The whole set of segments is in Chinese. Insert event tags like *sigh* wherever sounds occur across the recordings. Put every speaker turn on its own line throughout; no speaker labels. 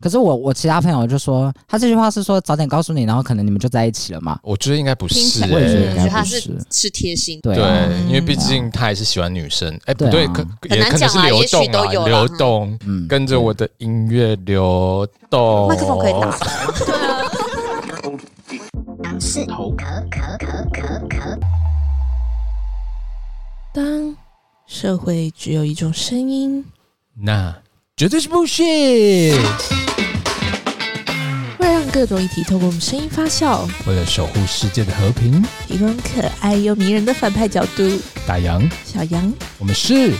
可是我我其他朋友就说，他这句话是说早点告诉你，然后可能你们就在一起了嘛。
我觉得应该不
听起
是、
来
我也觉得
欸
应该不是
他是是贴心，
对
对
啊，
因为毕竟他也是喜欢女生，哎、不
对
对，
啊
可
很
也
难
可能
讲
是
啦
流
也许
动
都
啊，
有啦
流动，
嗯
跟着我的音乐流动。
麦克风可以打。
当社会只有一种声音，
那绝对是不屑。
会让各种议题透过我们声音发酵，
为了守护世界的和平，
提供可爱又迷人的反派角度。
打烊。
小羊，
我们是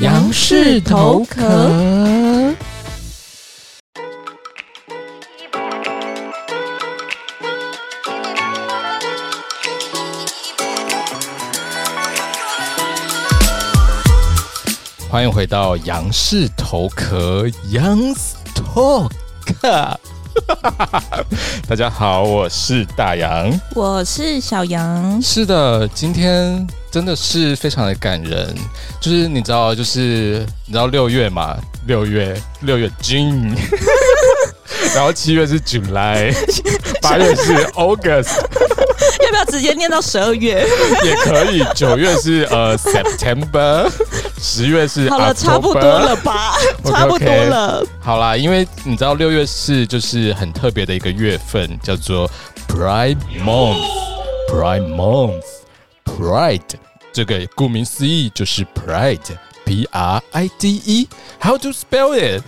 杨氏头壳
欢迎回到杨氏头壳杨 Talk。大家好，我是大杨。
我是小羊，
是的，今天真的是非常的感人，就是你知道，就是你知道六月嘛，六月六月 June，然后七月是
*laughs*
July，八月是 August
要不要直接念到十二
*laughs*
月？
也可以，九月是呃 September，十月是
好了，
October
差不多了
*laughs*
吧？
OK，OK
差不多了。
好啦，因为你知道六月是就是很特别的一个月份，叫做 Pride Month，Pride Month，Pride 这个顾名思义就是 Pride，P R I D E，How to spell it？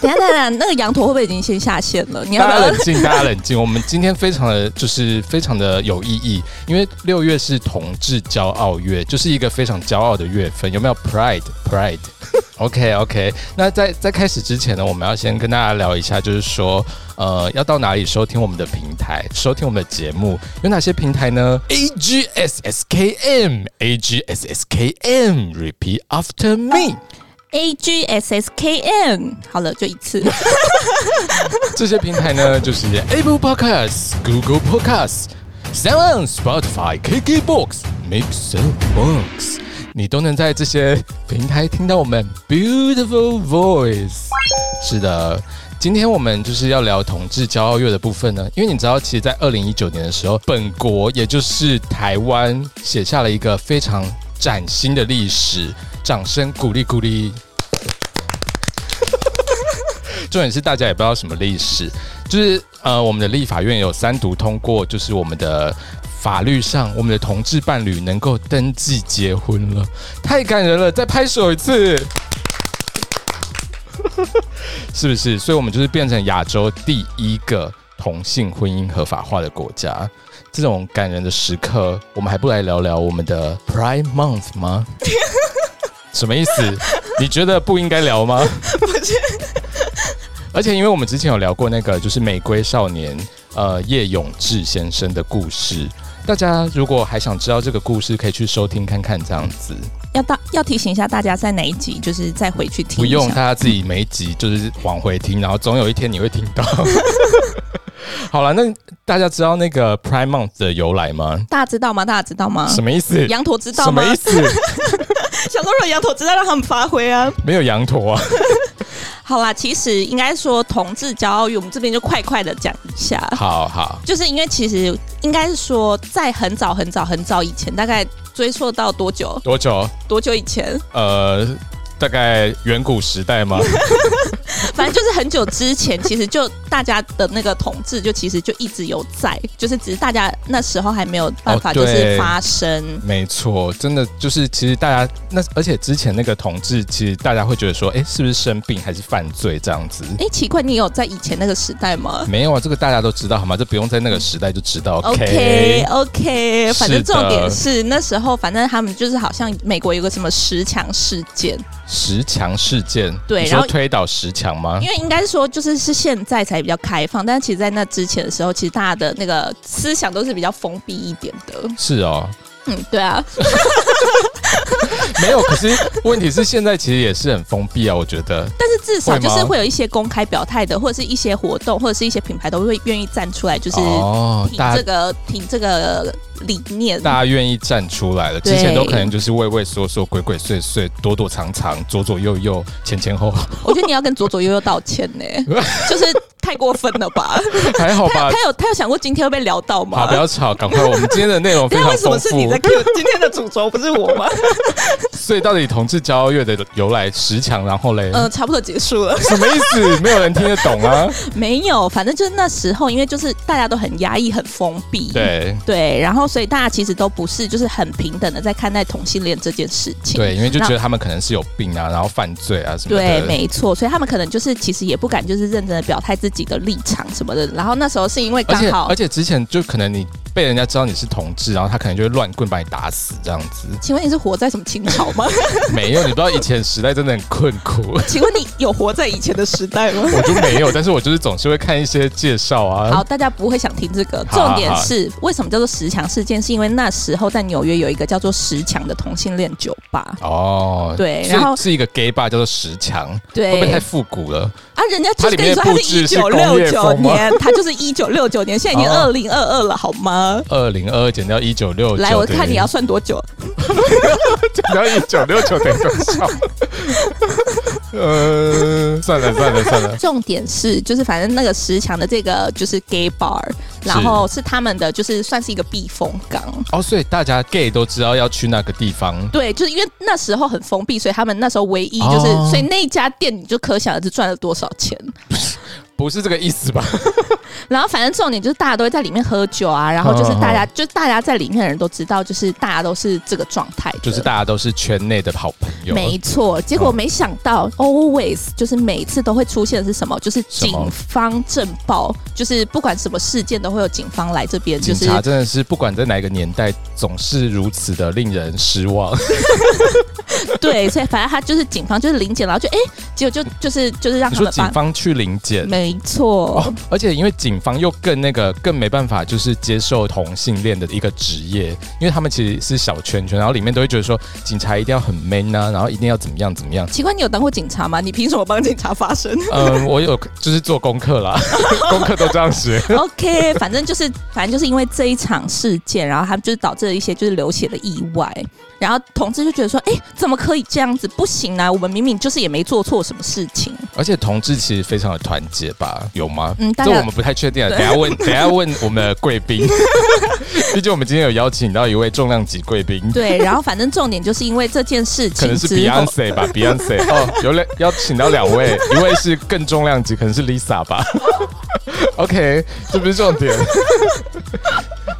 等一下，等一下，那个羊驼会不会已经先下线了？你要
大家
不要
冷？静，大家冷静。我们今天非常的就是非常的有意义，因为六月是同志骄傲月，就是一个非常骄傲的月份，有没有？Pride，Pride。OK OK，那在在开始之前呢，我们要先跟大家聊一下，就是说，呃，要到哪里收听我们的平台，收听我们的节目有哪些平台呢？AGSSKM，AGSSKM，Repeat after me。
A G S S K N，好了，就一
*laughs*
次。
这些平台呢，就是 Apple Podcasts、Google Podcasts、Sound、Spotify、KKBox、Mixer Box，你都能在这些平台听到我们 beautiful voice。是的，今天我们就是要聊同志骄傲月的部分呢，因为你知道，其实，在二零一九年的时候，本国也就是台湾写下了一个非常崭新的历史，掌声鼓励鼓励。重点是大家也不知道什么历史，就是呃，我们的立法院有三读通过，就是我们的法律上，我们的同志伴侣能够登记结婚了，太感人了！再拍手一次， *laughs* 是不是？所以，我们就是变成亚洲第一个同性婚姻合法化的国家。这种感人的时刻，我们还不来聊聊我们的 Pride Month 吗？ *laughs* 什么意思？你觉得不应该聊吗？而且因为我们之前有聊过那个就是玫瑰少年呃叶永志先生的故事，大家如果还想知道这个故事，可以去收听看看这样子。
要大要提醒一下大家，在哪一集，就是再回去听
不
一下。
用大家自己每一集就是往回听，然后总有一天你会听到。 *laughs* 好了，那大家知道那个 Prime Month 的由来吗？
大家知道吗？大家知道吗？
什么意思？
嗯羊驼知道
什
吗
么？意思？ *laughs*
想说让羊驼知道，让他们发挥啊。
没有羊驼啊！
好啦，其实应该说同志骄傲月，我们这边就快快的讲一下。
好好，
就是因为其实应该是说，在很早很早很早以前，大概追溯到多久？
多久？
多久以前？
呃，大概远古时代吗？
反正就是很久之前， *laughs* 其实就大家的那个统治，就其实就一直有在，就是只是大家那时候还没有办法，
哦
就
对
是发生。
没错，真的就是，其实大家那，而且之前那个同志，其实大家会觉得说，哎、是不是生病还是犯罪这样子？
哎、奇怪，你有在以前那个时代吗
没有啊，这个大家都知道好吗？这不用在那个时代就知道。
？OK OK，反正
是的
重点是那时候，反正他们就是好像美国有个什么十强事件，
十强事件，
对
你
然
说
后
推倒十强吗
因？为应该说就是是现在才比较开放，但是其实在那之前的时候，其实大家的那个思想都是比较封闭一点的。
是哦，
嗯，对啊，
没有。可是问题是，现在其实也是很封闭啊，我觉得。
但是至少
会
就
吗
是会有一些公开表态的，或者是一些活动，或者是一些品牌都会愿意站出来，就是
哦，
挺
大
这
家
个挺这个理念。
大家愿意站出来了，之
对
前都可能就是畏畏缩缩、鬼鬼祟祟、躲躲藏藏、左左右右、前前后后。 *laughs*
我觉得你要跟左左右右道歉呢，就是太过分了吧？
还好
他
吧
有？他有他有想过今天会被聊到吗？
好，不要吵，赶快！我们今天的内容非
对啊，
常
*laughs* 为什么
丰
是你在
富，
Q 今天的主轴不是我 *laughs* 吗？
所以到底同志骄傲月的由来十强，然后嘞，
呃，差不多结束了。
什么意思？没有人听得懂
*laughs*
啊。
没有，反正就是那时候，因为就是大家都很压抑、很封闭，
对
对，然后所以大家其实都不是就是很平等的在看待同性恋这件事情。
对，因为就觉
那
得他们可能是有病啊，然后犯罪啊什么
对，
的。
没错，所以他们可能就是其实也不敢就是认真的表态自己的立场什么的。然后那时候是因为
而
刚
且
好
而，且之前就可能你被人家知道你是同志，然后他可能就会乱棍把你打死这样子。
请问你是活在什么清朝吗？ *laughs*
没有，你不知道以前时代真的很困苦，
请问你有活在以前的时代
*laughs*
吗？
我就没有，但是我就是总是会看一些介绍啊
好，。大家不会想听这个。
好
重点是，为什么叫做十强事件？是因为那时候在纽约有一个叫做十强的同性恋酒吧。
哦，
对
所以
然后
是一个 gay bar 叫做十强，会不会
对
太复古了？
啊，人家就
它里
是跟你
面
说
布
他
置
是一
是
九
工业
六九
风吗
年，他就是一九六九年，现在已经
哦
二零二二了，好吗？
二零二二减掉一九六，
来，我看你要算多久？
减掉一九六九等于多 *laughs* 少？呃，算了算了算了，
重点是，就是反正那个十强的这个就是 gay bar，然后是他们的就是算是一个避风港。
哦，所以大家 gay 都知道要去那个地方，
对，就是因为那时候很封闭，所以他们那时候唯一就是，
哦
所以那一家店你就可想而知赚了多少钱。
不是这个意思吧？
然后反正重点就是大家都会在里面喝酒啊，然后
哦
就是大家、就大家在里面的人都知道，就是大家都是这个状态的，
就是大家都是圈内的好朋友，
没错，结果没想到、always 就是每次都会出现的是什么？就是
嗯什
警
么
方震爆，就是不管什么事件都会有警方来这边，就
警
是
察真的是不管在哪个年代，总是如此的令人失望。
对，所以反正他就是警方就是临检，然后就哎、结果就就是就是让
你
他
说
们
警
帮，
方去临检，
没错，
哦，而且因为警方又更那个，更没办法，就是接受同性恋的一个职业，因为他们其实是小圈圈，然后里面都会觉得说，警察一定要很 man 啊，然后一定要怎么样怎么
*laughs*
样。
奇怪，你有当过警察吗？你凭什么帮警察
*laughs*
发声
嗯，我有就是做功课啦， *laughs* 功课都这样学。
？OK，反正就是反正就是因为这一场事件，然后他们就是导致了一些就是流血的意外。然后同志就觉得说，哎、怎么可以这样子？不行啊！我们明明就是也没做错什么事情。
而且同志其实非常的团结吧？有吗？
嗯大
这
家
我们不太确定啊。等一下问，等一下问我们的贵
*laughs*
宾。毕竟我们今天有邀请到一位重量级贵宾，
对，然后反正重点就是因为这件事
可
情
能是
之后，
Beyonce 吧，Beyonce 哦，有两邀请到两位，一位是更重量级，可能是 Lisa 吧。OK，这不是重点。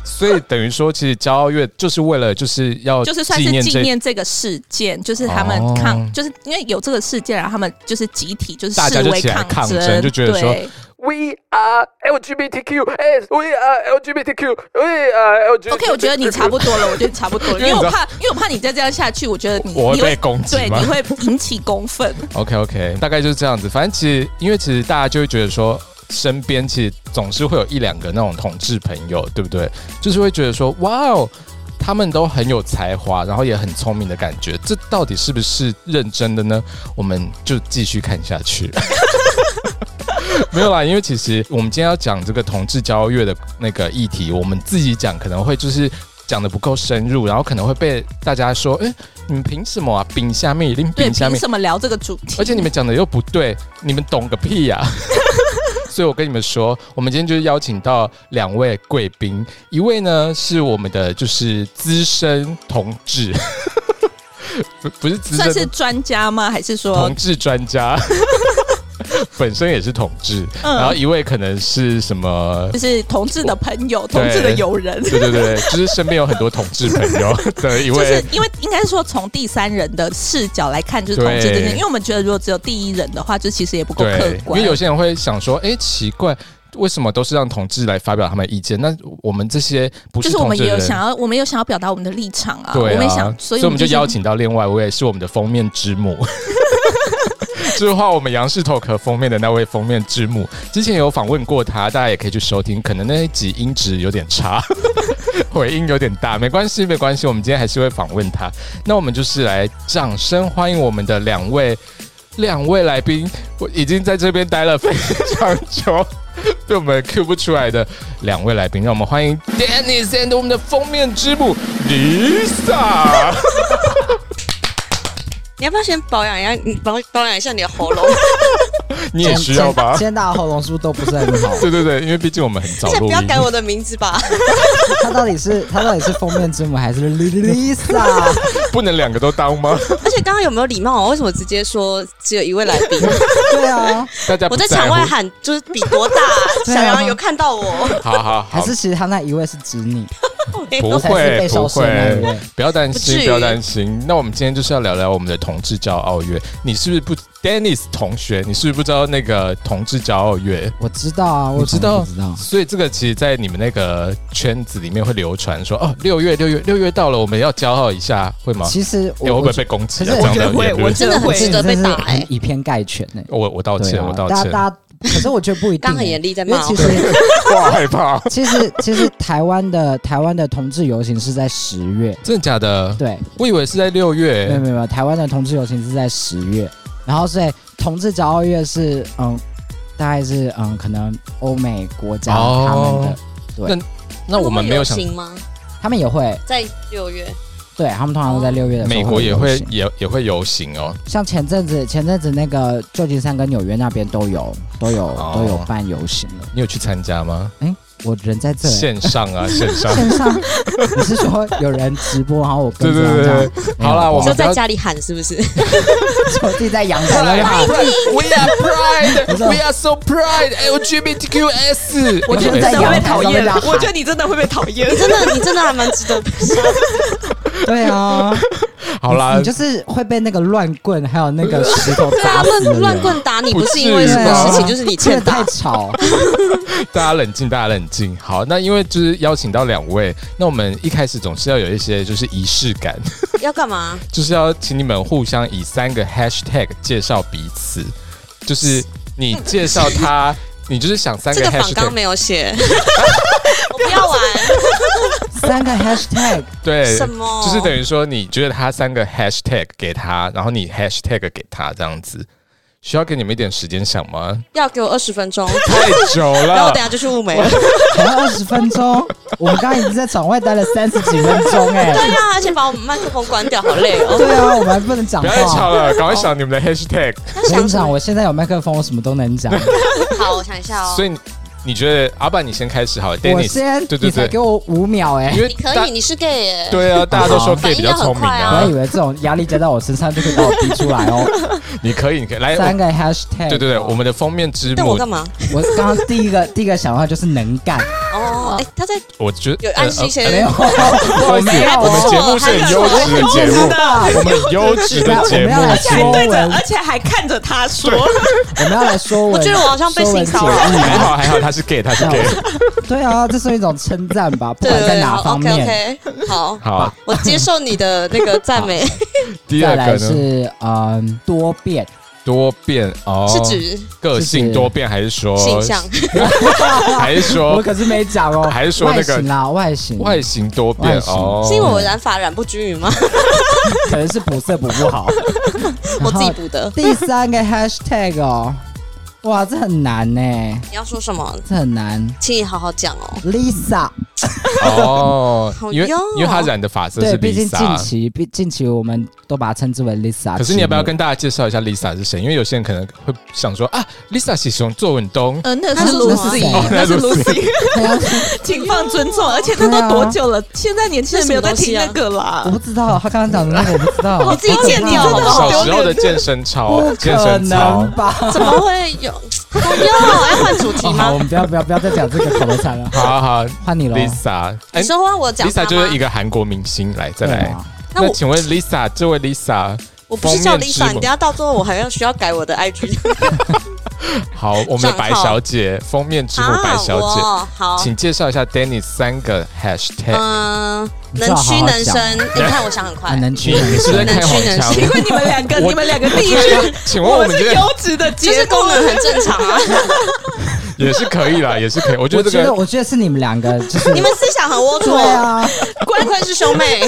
所以等于说，其实骄傲月就是为了就是要
就是算是纪
这
念这个事件，就是他们抗，
哦
就是因为有这个事件，然后他们就是集体就是
大家
示
就
威
起来
抗
抗
争，
争就觉得说
对
We are LGBTQS. We are LGBTQ. We are LGBTQ.
OK，我觉得你差不多了，我觉得你差不多了，
因为
因为
你知道
我怕，因为我怕你再这样下去，我觉得你
*laughs* 我会
你
被攻击
对，
吗
你会引起公愤。
OK OK，大概就是这样子。反正其实，因为其实大家就会觉得说，身边其实总是会有一两个那种同志朋友，对不对？就是会觉得说，哇哦，他们都很有才华，然后也很聪明的感觉。这到底是不是认真的呢？我们就继续看下去。 *laughs* 没有啦，因为其实我们今天要讲这个同志交月的那个议题，我们自己讲可能会就是讲的不够深入，然后可能会被大家说，哎、你们凭什么啊？饼下面一定
对，
饼 *laughs* 下
凭
面，
什么聊这个主题？
而且你们讲的又不对，你们懂个屁
*laughs*
呀、所以我跟你们说，我们今天就是邀请到两位贵宾，一位呢是我们的就是资深同志， *laughs* 不不是资
算是
深
专家吗？还是说
同志专
*laughs*
家，本身也是同志，
嗯
然后一位可能是什么
就是同志的朋友、同志的友人？
对对对，就是身边有很多同志朋友的一
就
位
是因为应该说从第三人的视角来看，就是同志这件
对
事，因为我们觉得如果只有第一人的话，就其实也不够客
对，因
观。
为有些人会想说，哎、奇怪，为什么都是让同志来发表他们的意见？那我们这些不
就是是我
同
们
志
也
的
有
人，
想要，我们有想要表达我们的立场啊，
对
我
啊，
们也想，所以
我们就邀
是
请到另外一位是我们的封面之母。 *laughs* 就是画我们杨氏头壳封面的那位封面之母，之前有访问过他，大家也可以去收听，可能那一集音质有点差， *laughs* 回音有点大，没关系，没关系，我们今天还是会访问他。那我们就是来掌声欢迎我们的两位两位来宾，我已经在这边待了非常久，被我们 Q 不出来的两位来宾，让我们欢迎 Dennis and 我们的封面之母
*laughs*
Lisa。
你要不要先保养一下？你保保养一下你的喉咙。
你也需要吧
今？天大家喉咙是不是都不是很好？
对对对，因为毕竟我们很早
而且
录音
不要，改我的名字吧，
他到底是他到底是封面之母还是 Lisa？
不能两个都当
*laughs*
吗？
*laughs* 而且刚刚有没有礼貌啊？为什么直接说只有一位来宾？
对啊，
大家不
我在
在
场
乎
外喊就是比多大，
对啊
想要有看到我，
好好
还
好，
是其实他那一位是指你，
不
才是
会
被
不
烧伤那一
会
位，
不要担
不至
心，
于
不要担心。那我们今天就是要聊聊我们的同志骄傲月。你是不是不，Dennis 同学，你是不是不知道那个同志骄傲月？
我知道啊，
我
我
知
怎么
道
不知道，
所以这个其实，在你们那个圈子里面会流传说，哦，六月六月六月到了，我们要骄傲一下，会吗？
其实
哎，我会
我
不会被攻击
可
啊？这
是
样的言
我
论，
真的
我
会
觉得很值得被打
真的是
欸
以偏概全呢。
我我道
对
歉，
啊
我道
大
歉
家，大家，可是我觉得不一定
刚
欸，
很严厉在
因为
骂哦
其
我。
实
我好害怕，
其实其实台湾的台湾的同志游行是在十月，
*laughs* 真的假的？
对，
我以为是在六
没有
月，
没有没有，台湾的同志游行是在十月，然后所以同志骄傲月是嗯，大概是嗯，可能欧美国家
哦
他们的，
那我们没有想
行吗？
他们也会
在六月，
对他们通常都在六月的时候
美国也
游
会
行
也也会游行哦，
像前阵子前阵子那个旧金山跟纽约那边都有都有、
哦
都有办游行了，
你有去参加吗？
我人在这欸
线上
*laughs*
啊，线上。
线上，你是说有人直播，然后我跟
对
着
对
这
对
样
对，
没有
好啦，我
你就
们不
在
要。
家里喊是不是？
我自己在阳台 *laughs* 那边喊
We are pride,
*laughs* 你知道
we are so pride, LGBTQS。
我觉得
你
在
说
摇
会
摆
被讨
我们
厌
俩，喊
我觉得你真的会被讨厌
*laughs* 你。真的，你真的还蛮值得被杀。
对啊，
好啦
你，就是会被那那个乱棍还有那个石头
*laughs*
砸死的
乱
人
乱棍打你，
不
不
至
是啊
于
因为什
吧
么事情，就是你
真的
欠
啊太
打。
吵，
大家冷静，大家冷静。好，那因为就是邀请到两位，那我们一开始总是要有一些就是仪式感，
*laughs*
*laughs*
要干嘛？
就是要请你们互相以三个 hashtag 介绍彼此，就是你介绍
*laughs*
他，你就是想三
这
个
个仿纲
hashtag，
没有写，我不要玩。
三个 hashtag，
对，
什么
就是等于说你觉得他三个 hashtag 给他，然后你 hashtag 给他这样子，需要给你们一点时间想吗？
*laughs* 要给我二十分钟，
太久
然后我
了
等，下就去雾眉了。
还要二十分钟，我们刚刚已经在场外待了三十几分钟哎、
对啊，而且把我们麦克风关掉，好累哦。
对啊，我们还不能讲
不要再
话。
吵了，赶快想你们的 hashtag。
我
那
跟
想
你
什
讲，
么？
我现在有麦克风，我什么都能讲。
*laughs* 好，我想一下哦
所。以你你觉得阿爸你先开始好了
我
，Dennis，
先，
对
你
对
才
对，
给我五秒哎、
因为
你可
大
以，你是 gay 耶。
对 *laughs* 啊，大家都
好
说 gay 比较聪明
不要
啊
以，为这种压力加到我身上就可以把我逼出来哦。
你可以，你可以来，
三
哎我
个 hashtag，
对对对，我们的封面之
对我
幕，
干嘛？
我刚刚第一个第一个想到就是能干，
啊
哦，哎，他在
我觉得
有暗示一些
呃
没有，我没有
我们
哦，
节目是很优质的节目，我们很优质的节
我们要来
目，
说
对着，
文
而，且还看着他说，
我们要来说文，
我觉得我好像被性骚扰
说文解
还好还好，他是 gay，他是 gay，
义对啊，这是一种称赞吧，不
对
管
对
在
对
哪方
，OK
面。
OK，好，
好，
我接受你的那个赞
*laughs*
美，
第
再
二
来
个呢，
是嗯多变，
多变哦，
是指
个
就
性
是
多变还是说
性向，
*laughs* 还是
我
说
可是没讲哦，
*laughs* 还是说那
外
个
形啦，外形，
外形多变
外形
哦？
是因为我染发染不均匀吗？
可能是补色补不好。
*laughs* 我自己
然后
补的。
第三个 hashtag 哦，哇，这很难呢，
你要说什么？
这很难
请你好好讲哦。
*laughs*
，Lisa。
哦，
好
因为
哟
因为他染的发色
对，
是
毕竟近
Lisa，
期，毕近期我们都把它称之为 Lisa。
可是你要不要？跟大家介绍一下 Lisa 是谁？因为有些人可能会想说啊，Lisa 是熊作文东，
呃，那
那
是
是
Lucy，
谁
那是 Lucy，啊
对啊，
*laughs* 请放尊重。而且那都多久了？现在年轻人没有在听那个
啊我
啦。
不知道，他刚刚讲的那个我不知道。
你自己剪掉好不好？
小时候的健身操
不，
健
哦可
身操
能。吧？
哦
怎么会有？不要，要换主题
哦好，我
吗？
们不要不要不要再讲这个口头禅了，
好好好
换你喽。
，Lisa，哎
你说话我讲他
，Lisa
吗
就是一个韩国明星，来再
对
来。
啊，
那
那
我
请问 Lisa，这位 Lisa，
我不是叫
封面之
Lisa，
母
你等一下到最后我还要需要改我的
*laughs*
IG
好，我们的
账号
白小姐，封面之母白小姐，
啊我好，
请介绍一下 Dennis 三个 hashtag。
嗯，
你最好好
能
好
屈
讲
能伸。哎你看我想很
*laughs*
快
很，能
你
屈
你
能
是在
伸。
开黄
能屈能
腔？
因为你们两个，
我
你们两个第一，
请问
我
我
们
们
是
这个
优质的
就
结
是
果
功能很正常
*laughs*
啊。
也是可以啦，也是可以。我觉
我
得
觉
这个
得，我觉得是你们两个，就是
你们思想很龌龊，
对啊，
乖乖是兄妹。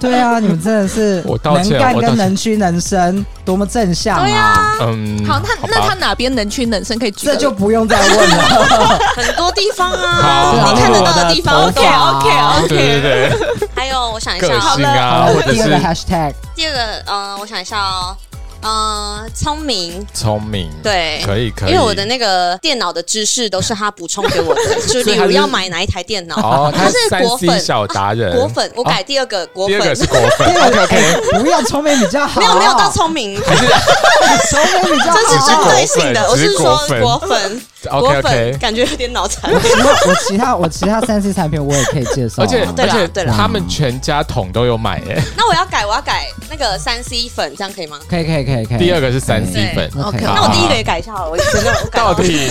对啊，你们真的是
我道
能
歉
干
我道
跟
歉
能屈能伸，多么正向
对
啊！
啊。
嗯，
好，那那他
吧，
哪边能屈能伸可以
这
举个例子？
就不用再问了。
很多地方
好
啊，你看得到的地
好
方。
好
OK，OK，OK
对对对，
还有，我想一下
个
啊，
性啊，
好
或
了，
者
第二
是
个 hashtag
呃第二个，嗯，我想一下哦，嗯，聪明，
聪明，
对，
可以可以。
因为我的那个电脑的知识都是他补充给
*laughs*
我的，就
所以
例
他
如
是
要买哪一台电脑， *laughs*
哦，他
他
是
是
三
果
C
粉
小达人，
果粉，我改第二个果
第
粉
二，个是果粉
*laughs*
，OK OK，
哎不要聪明比较好，啊
没有没有到聪明，
*laughs* 还是
聪明比较
这是
好。啊
针对性的，我
只
是
是果
说
粉
果
*laughs*
粉，
OK
果粉
OK。
感觉有点脑残。 *laughs*
其他我其他我其他三 C 产品我也可以介绍啊，
而且
对
而
啦
且
对啦
他们全家桶都有买诶，
那我要改，我要改那个三 C 粉，这样可以吗？
可以可以可以可以。
*laughs* 第二个是三 C
对
粉，
OK，
好
那我第一个也改一下好了，我真的我改
到
了。
底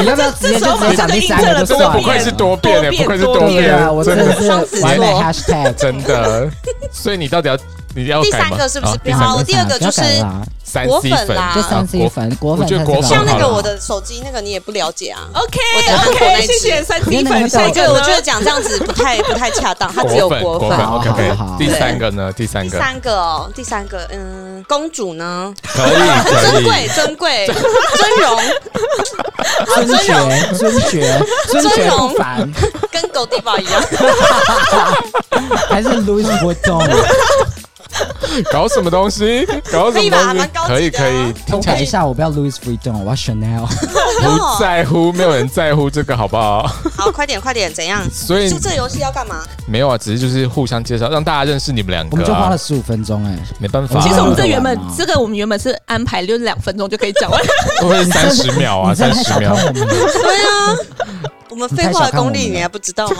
你要不要直接就直接讲第 *laughs* 三个就
真
算
的
了？
不愧是多变诶，
多变
不愧是多
对啊，
变，
我
真
真的
的
双子
是
座
完美 hashtag。
真
*laughs*
的。所以你到底要你要
第
改
三
吗
个是不
啊
是不要？
第三
好，我第二个就是
不要改了啦
三
果
C
粉
粉
啦
就
啊
三 C
果
粉、果
我
粉
觉得
才是
果粉
哦好
像
的
那个我的手机那个你也不了解啊。
OK
我觉得韩国那
OK，
一
谢
集
谢三 D
天哪你怎
对
粉，
么
下一
懂
对，
个
我
呢
觉得讲这样子不太不太恰当，它只有
粉
果
哦果
粉
粉。
好
，OK
好
OK。
好
第三个呢？第三
第
个
三个哦，第三个，嗯，公主呢？
可以可
珍
以。
贵，珍贵，尊荣，
尊爵、尊爵、尊爵不凡，
跟狗地堡一样。
还
*laughs*
是 Louis Vuitton？
搞什么东西？搞什
可
么
以吧
东西
蛮高？级的
可以可以，
我
听起
改
来
一下，我不要 Louis Vuitton，我要
*laughs*
Chanel。
不在乎，没有人在乎这个，好不好？
好，快点，快点，怎样？
所以
就这游戏要干嘛？
没有啊，只是就是互相介绍，让大家认识你们两
我
个
们就花
啊
了。十五分钟哎，
没办法啊，
其实我们这原本
好好玩哦
这个我们原本是安排就是两分钟就可以讲完，
我会三十秒啊，
你真
三
的太小看
十秒，
我们了。 *laughs*
对啊，我们废话的功力你还不知道吗？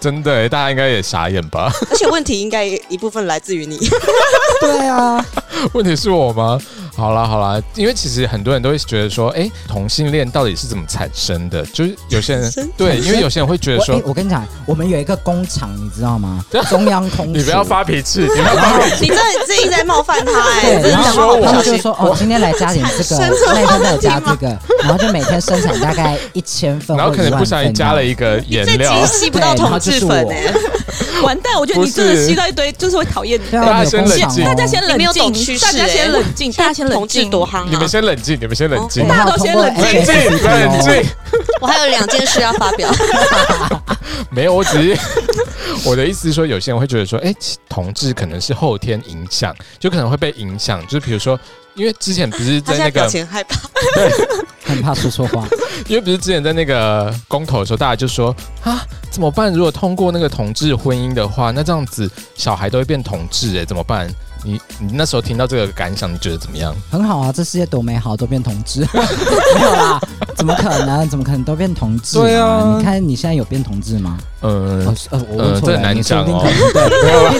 真的耶，大家应该也傻眼吧？
而且问题应该一部分来自于你。
对啊，
问题是我吗？好啦好啦，因为其实很多人都会觉得说，哎，同性恋到底是怎么产生的？就是有些人
产生
对，因为有些人会觉得
我
说
诶，我跟你讲，我们有一个工厂，你知道
*laughs*
吗？中央空
你不要
厨
发脾气，你不要发脾气，
你这这一直在冒犯他哎、
对，
真
然
的
后
不
他
小
们就
心。
说哦，今天来加点这个，那天来加这个，然后就每天生产大概一千份，
然后可能不小心加了
一，
一个颜
这
料，
集吸不到同志粉哎、
完蛋！我觉得你真
不是
的吸到一堆，就是会讨厌你。
对啊，
大
我
家
们有工
先冷
厂
静
哦
大家先冷
你没有懂
静，
趋势
大家先
欸
冷静，大家先冷
同志
静。
多夯
你们
啊！
先冷静，你们先冷静
我。们要
大家都先冷
通过
冷
静
静，
HSBC 哦
冷静。
我还有两件事要发表，
没有，我只是我的意思是说，有些人会觉得说，哎、其同志可能是后天影响，就可能会被影响，就是比如说，因为之前不是
他
*laughs* 在那
现在
个
表，情害怕。
很怕说错话，
因为不是之前在那个公投的时候，大家就说啊，怎么办？如果通过那个同志婚姻的话，那这样子小孩都会变同志、哎，怎么办？你你那时候听到这个感想，你觉得怎么样？
很好啊，这世界多美好，都变同志，没有啦，怎么可能？怎么可能都变同志？
对啊
你看你现在有变同志吗？
嗯、
哦，是呃，我问错
这很
了，
难
你说不定
讲哦
可能
*laughs*
对，毕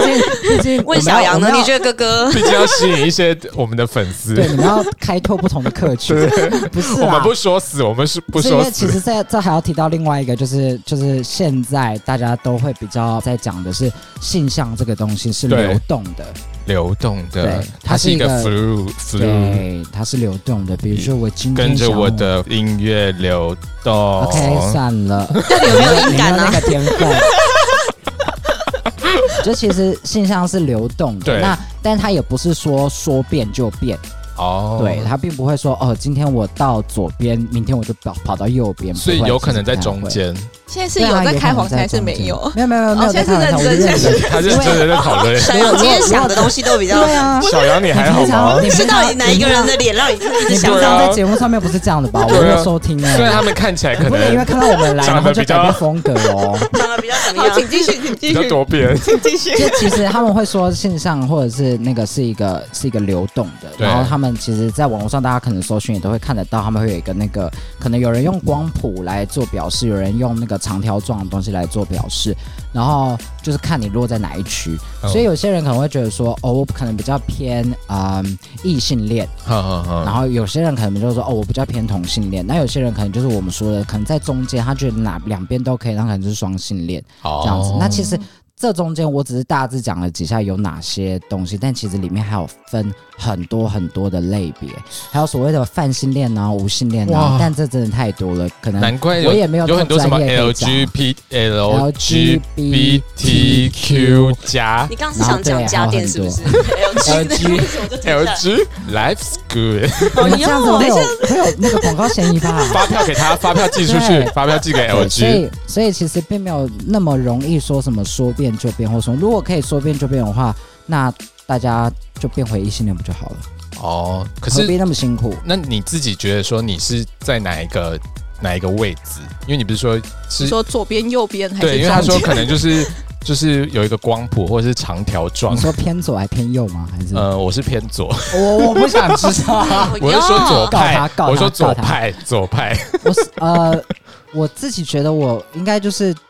竟毕竟
问小杨呢？你
得？
觉得哥哥
毕竟要吸引一些我们的粉丝，
对，你们要开拓不同的客群，不是
我
啦
们，不说死，我们是不
是因
说
为其
死。
实这这还要提到另外一个，就是就是现在大家都会比较在讲的是性向这个东西是
对
流动的，
流动的
对，
它
它
是
是
一
一
个
个
flu flu，
对，它是流动的。比如说我今天
嗯跟着
想
我的音乐流动。
，OK，算啊了，那你有没有
音感啊
那个天分。 *laughs* 就其实性向是流动的，
对
那但它也不是说说变就变，
哦，
对，它并不会说哦，今天我到左边，明天我就跑跑到右边，
所以
不会
有可能在
其实不太
中
会
间，
现在是
对啊
有在开黄
可能
腔还是
中
没
间
有？
没有没有没有
哦
在
现在
开黄腔，
是
我
认真
认
现在
真，
*laughs* 他认真的在讨论。
小杨今天想的东西都比较，
对啊，
小杨，你还好吗？
你平常
是到底哪一个人的脸让你一直
你
想
平
对啊
常在节目上面不是这样的吧？我
对啊
没有收听哎、
虽然他们看起来
你
可
不能因为
能
看到我们来，
长
然
得
后就
比较
改变风格哦。
长得比较怎么
好，
样？
请继续，请继
比较
续。
*laughs*
多变，
就其实他们会说线上或者是那个是一个是一个流动的，
对
然后他们其实在网络上大家可能搜寻也都会看得到，他们会有一个那个可能有人用光谱来做表示，有人用那个长条状的东西来做表示，然后就是看你落在哪一区。
哦
所以有些人可能会觉得说，哦，我可能比较偏嗯异性恋。
哈哈
然
哈。
后有些人可能就是说，哦，我比较偏同性恋；那有些人可能就是我们说的，可能在中间，他觉得哪两边都可以，那可能就是双性恋
好
这样子。那其实这中间我只是大致讲了几下有哪些东西，但其实里面还有分很多很多的类别，还有所谓的泛性恋啊、无性恋
哇
啊，但这真的太多了，可能
难怪
我也没有
有
这
很
么
多什么
专业可以
LGBT LGBTQ
LGBTQ
加
你刚刚是想讲家电是不是？LG，我就停下来
LG Life's Good，
讲。你这哦样子会有会有那个广告嫌疑啊吧？
*laughs* 发票给他，发票寄出去
*laughs* 对，
发票寄给
对所
LG。
以所以其实并没有那么容易说什么说变就变，或说如果可以说变就变的话，那大家就变回异性恋不就好了？
哦，可
何必
是
那么辛苦？
那你自己觉得说你是在哪一个哪一个位置？因为你不是说是
你说左边、右边还是中
对，
间？
因为他说可能就是就是有一个光谱或者是长条状
*laughs* 你。说偏左还偏右吗？还是
呃，我是偏左，
我我不想知道。
我是
哎
说左
哦告
派
他告，他
我说左
告他
派，左派。
*laughs* 我是呃，我自己觉得我应该就是就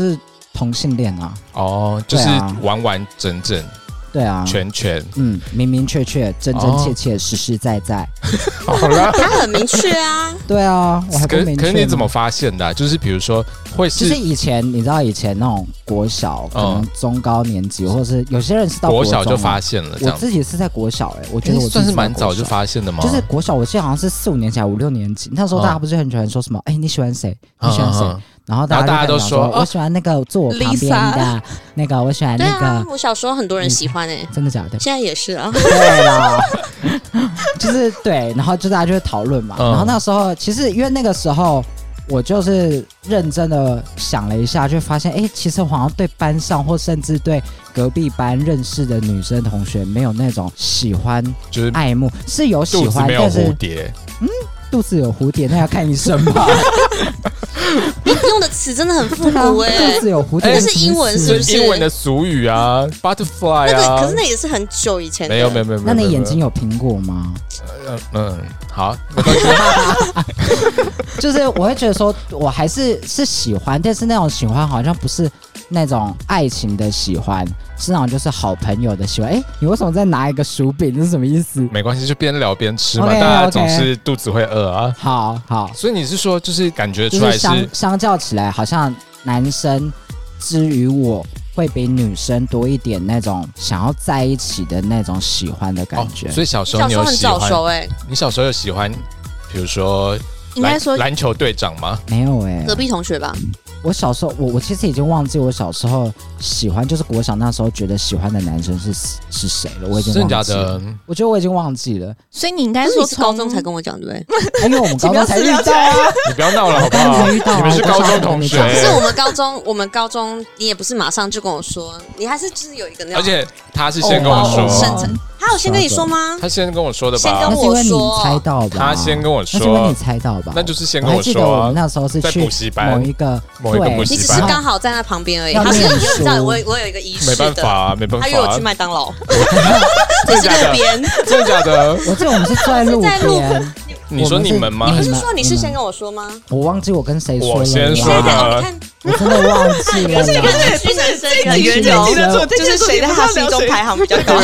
是同性恋啊，
哦，就是
对啊
完完整整、
对啊，*laughs*
全全。
嗯，明明确确、真真切切、实实在在，
好了，
他很明确
*laughs*
啊，
对啊，我还不
可
明确
可
吗
是你怎么发现的啊、就是比如说会
就是是以前你知道以前那种国小，可能中高年级，或者是有些人是到
哦国
中
小就
啊
发现了这
我
样子，
自己是在国小哎、我觉
诶
得我
算是蛮
自己在国
早就
小。
发现的吗？
就是国小，我记得好像是四五年级、还五六年级，那时候大家
嗯
不是很喜欢说什么？哎、你喜欢谁？你喜欢谁？
嗯嗯嗯
然后
然
大
后
家
大家
就
都
讲
说哦
我喜欢那个坐我旁边
Lisa
的， *laughs* 那个我喜欢
对
那
啊
个，，
我小时候很多人喜欢
嗯
哎、
真的假
*laughs*
的？
现在也是啊，
对啦， *laughs* 就是对，然后就大家就会讨论嘛。
嗯
然后那时候其实因为那个时候。我就是认真的想了一下，就发现，哎、其实我好像对班上或甚至对隔壁班认识的女生同学，没有那种喜欢、
就是
爱慕，是有啊喜
肚子
欢，
没有
但是
蝴蝶，
肚子有蝴蝶，那要看医生吧。
你用的词真的很复
*laughs*
古
*laughs*
哎、
啊肚子有蝴
哎
蝶，
那
是英文
什
是
么
不
意
就是
思
是
英文的俗语啊
那
，butterfly
个
啊
可是。那也是很久以前的，
没有没有没有，没
那你
没
眼睛有苹果吗？
嗯嗯好，
*laughs* 就是我会觉得说，我还是是喜欢，但是那种喜欢好像不是那种爱情的喜欢，是那种就是好朋友的喜欢。哎，你为什么在拿一个薯饼？这是什么意思？
没关系，就边聊边吃嘛
OK，OK
大家总是肚子会饿啊。
好好，
所以你是说，就是感觉
就
出来
是
是
相相较起来，好像男生之于我会比女生多一点那种想要在一起的那种喜欢的感觉。
哦所以小时
你
候你
小时候
有
很
喜
早
欢，
熟哎、
你小时候有喜欢，比如说
应该
篮
说
篮球队长吗？
没有哎、
隔壁同学吧，
我小时候，我我其实已经忘记我小时候喜欢，就是国小那时候觉得喜欢的男生是是谁了，我已经
真的
忘
假
记了。
的？
我觉得我已经忘记了，哎
所以你应该
但是
说
你是高中才
从
跟我讲对不对？
因为我们高中才遇到啊，
你不要闹了好不好？
遇到啊
你们是高中同学 *laughs*
我，
可是我们高中，我们高中你也不是马上就跟我说，你还是就是有一个那
而
种，
且他是先跟我
哦
深
说，
层，他有先跟你说吗？
他先跟我说的
先
吧
跟
那？是因为你猜到吧？
他先跟我
那是因为你
说，
猜到吧？
那就是先
我
跟
还记得
说
我们
啊。
那时候是
在
去
补习班
某一个
某一个
对
补习班
你只是刚好站在旁边而已。
要
他是因为
念
你
书
知道，我有我有一个仪
没
式
办
的，
法啊，没办
他
法
约我去
啊，
麦当劳，
真的
*laughs* 这是
假
路
的？
边。
真的假的？
我记得我们是坐在路
我们是在路
边，
你说你们吗
我？
不
们
是说你事先
你们
跟我说吗？
我忘记我跟谁说了，
我先
你
说
现在
的
在哦，你看
我真的忘记了啦。
去男生的
己自
圆
己
融
记，得住
就是谁在他心中排行比较高？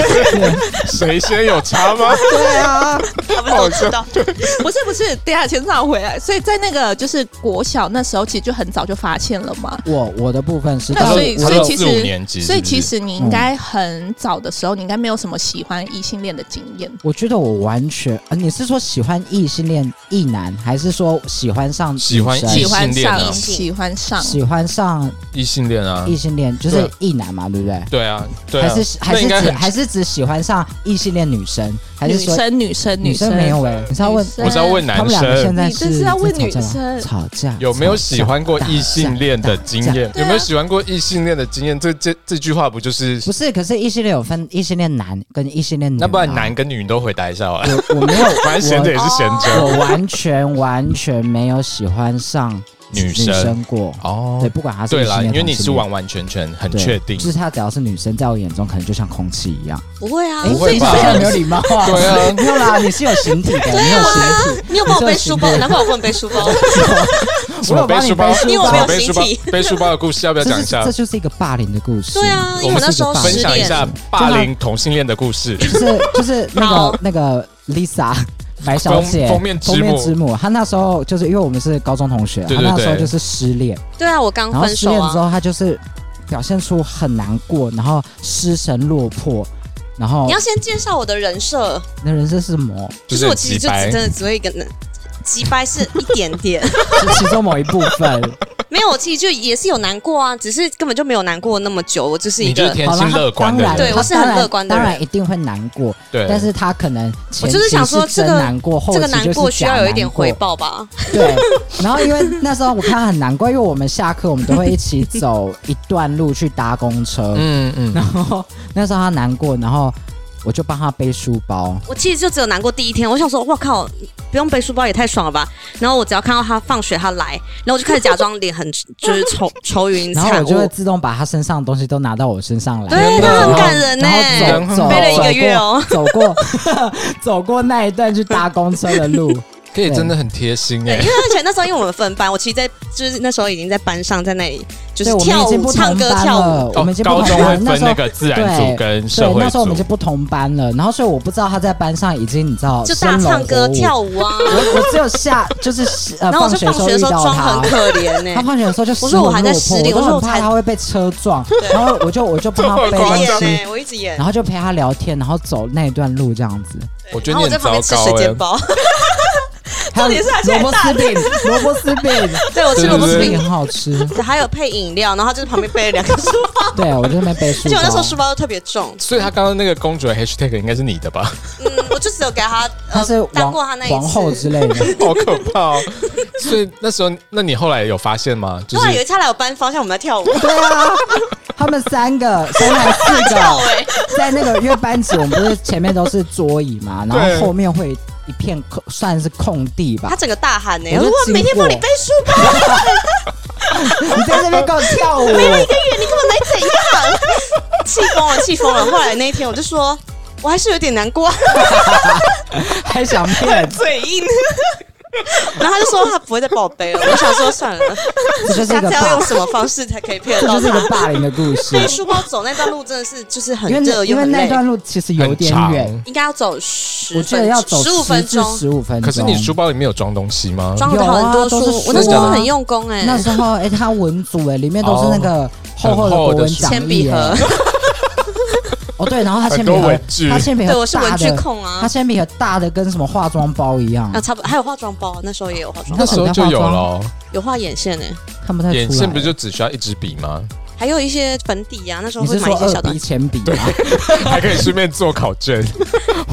谁先有差吗？
对啊，
我们都知道，
*laughs* 不是不是，等一下先绕回来。所以在那个就是国小那时候，其实就很早就发现了嘛。
*laughs* 我我的部分是，
那
但
所以
我
所以
到
其
四五年级
实所以
是不是
其实你应该很早的时候，你应该没有什么喜欢异性恋的经验。
我觉得我完全，呃、你是说喜欢异性恋异男，还是说喜欢上女生
喜欢异
喜
性
欢
恋啊
上，喜欢上，
喜欢上
*laughs* 异性恋啊，
异性恋就是异男嘛，对不对？
对啊，对
还
啊，
是还
那
是
应该
指
很
还是指喜欢上异性恋女生，还是
女
说
生女生
女
生
没有哎、你是要问
女生
我是要问
他
男
们两个现
生
在
你这是要问女生
在吵架吗吵架
有没有喜欢过
吵架
异性恋的经
打架
验？有没有喜欢过异性恋的经验？这这这句话不就是？
不是，可是异性恋有分异性恋男跟异性恋女嘛，
那不然男跟女你都回答一下吧。，
啊我我没有
*laughs* 反正闲着也是闲
我
着。
我完全完全没有喜欢上
女
生
生
过，对，
哦，
不管他是
对
异性
啦，
恋
因为你
同性
是
恋
完完全全很
对
确定
就。是她只要是女生，在我眼中可能就像空气一样。
不会啊
哎，
不会吧
这样没有礼貌啊！
*laughs* 对啊
*laughs* 没有啦，你是有形体的，你有形体，
啊你有帮我背书包
你，是有
男朋友帮我背书包，
什
我
么
有帮哎
背
你
书包？
背书包
因为我没有
背
形
书包
体？
*laughs*
背书包的故事要不要
这
讲
是
一下
这？就是一个霸凌的故事。
对啊
这
因为我那时候
是
分
一个
享一下霸凌同性恋的故事。
霸凌，就是就是那个那个 Lisa。白小姐，
封封面之母
封面之母，她那时候就是因为我们是高中同学，啊
对
她
对
那时候
对
就是失恋，
*laughs* 对啊，我刚
然后
分
失
手
恋之
啊，
后，她就是表现出很难过，然后失神落魄，然后
你要先介绍我的人设，
那人生是什么？
就是
很
我其实
直
就只
白
真，的只会跟人。鸡掰是一点点，
是其中某一部分。
*laughs*
没有，我其实就也是有难过啊，只是根本就没有难过那么久，我就是一
你就是
个，
天
好啦
性
他
乐观的
当然
人。
对
他
我是很
当然
乐观的
当
人
然一定会难过，
对，
但是他可能前
我就是
期
想说
真
这个
难过，后
这个
期
难
就
过
是
需
假
要有一点
难过
回。报吧。
对，然后因为那时候我看他很难过，因为我们下课我们都会一起走一段路去搭公车，
嗯嗯，
然后那时候他难过，然后我就帮他背书包。
我其实就只有难过第一天，我想说，哇靠，不用背书包也太爽了吧。然后我只要看到他放学他来，然后我就开始假装脸很就是愁愁云
然后
惨
我就会
雾。
自动把他身上的东西都拿到我身上来。
对，
真
那
的哦
很感人呢、
然后走走
背了一个月哦，
走过 *laughs* 走过走过那一段去搭公车的路，
可以真的很贴心哎、
对，因为而且 *laughs* 那时候因为我们分班，我其实在就是那时候已经在班上，
*laughs*
在那里就是
对，我们
跳
已经
舞、
不
唱
同
歌、
班
跳舞。
了，我们已经不
哦高
同
中
班
会
了。那
分
时
那
候
个自然组
对
跟社
对，
会
那时候我们就
组，
不同班了，然后所以我不知道他在班上已经你知道
就大唱歌、跳
舞。
舞啊，
我我只有下就是呃
*laughs* 然后我就放学的时候
遇到
装
他
很。可怜欸呢、
他放学的时候就
我
失
说我
魂
还在
落魄
失恋
我
我
都很
说我
怕
才
他会被车撞，然后我就我
*laughs*
就帮他背
我
东
一直
西
演，呢，我一直演
然。后就陪他聊天，然后走那一段路这样子。
我觉得
然
你
后我在
很
旁
糟
边
糕哎、
吃水煎
欸
包，
重点是他现在萝卜丝饼，萝卜丝
*laughs*
饼，
*laughs* 对我吃
对
萝卜
对
丝
丝
对
饼
饼，
很好吃。
还有配饮料，然后就是旁边背了两
*laughs*
个书包，
对，我就没啊背书
而且
包。
我那时候书包都特别重，
所以他刚刚那个公主的 hashtag 应该是你的吧？ *laughs*
嗯，我就只有给他
*laughs* 他是
呃当
王
过他那一次，
皇后之类的。
好可怕哦！所以那时候，那你后来有发现吗？就
后啊来有一
是
次他来我班房，像我们在
*laughs*
跳舞，
对啊，他们三个，
*laughs*
三个还是四
跳
个，
哎，
在那个因为班级，我们不是前面都是桌椅嘛，然
对
后后面会一片空，算是空地吧
他。整个大喊呢，
我
我
就
说
经
每天帮你
过
背书包，
你在那边给我
*laughs*
跳舞，
你根本没怎样，气疯了，气疯了。后来那一天我就说。我还是有点难过， *laughs*
还想骗，
嘴硬，
然后他就说他不会再帮我背了。我想说算了，
这就是一
下
个
次要
霸
用，什么方式才可以骗
这
得到
就是一
他？
个霸凌的故事
背。书包走那段路真的是就是很
因为
热
那
又
因为
很
那
累，
段路其实有
很
点
长，
远，
应该要走十
我
分
记得要走
十五
10
分
至
钟，
十五分钟。
可是你书包里面有装东西吗？
装了很多书，
有啊都是
我那时
书
候
啊
很用功哎、
那时候，哎、他文组哎、里面都是那个
哦
厚厚的国文讲
铅
义
笔
哎
盒。，
哦，对，然后他铅
很
笔
多
盒
文，具
他铅笔盒
对我是文
哎大
具
的，
控
他
啊，
铅笔盒大的跟什么化妆包一样
啊，，差不多还有化妆包，那时候也有化妆
那
包，
时候就有了哦、
有画眼线哎、
看不太出来。
眼线不就只需要一支笔吗？ *laughs*
还有一些粉底啊，那时候
你
会
是
买
说
一些小
二
东
B
西，
铅笔啊吗？
还可以顺便做考
*laughs*
卷。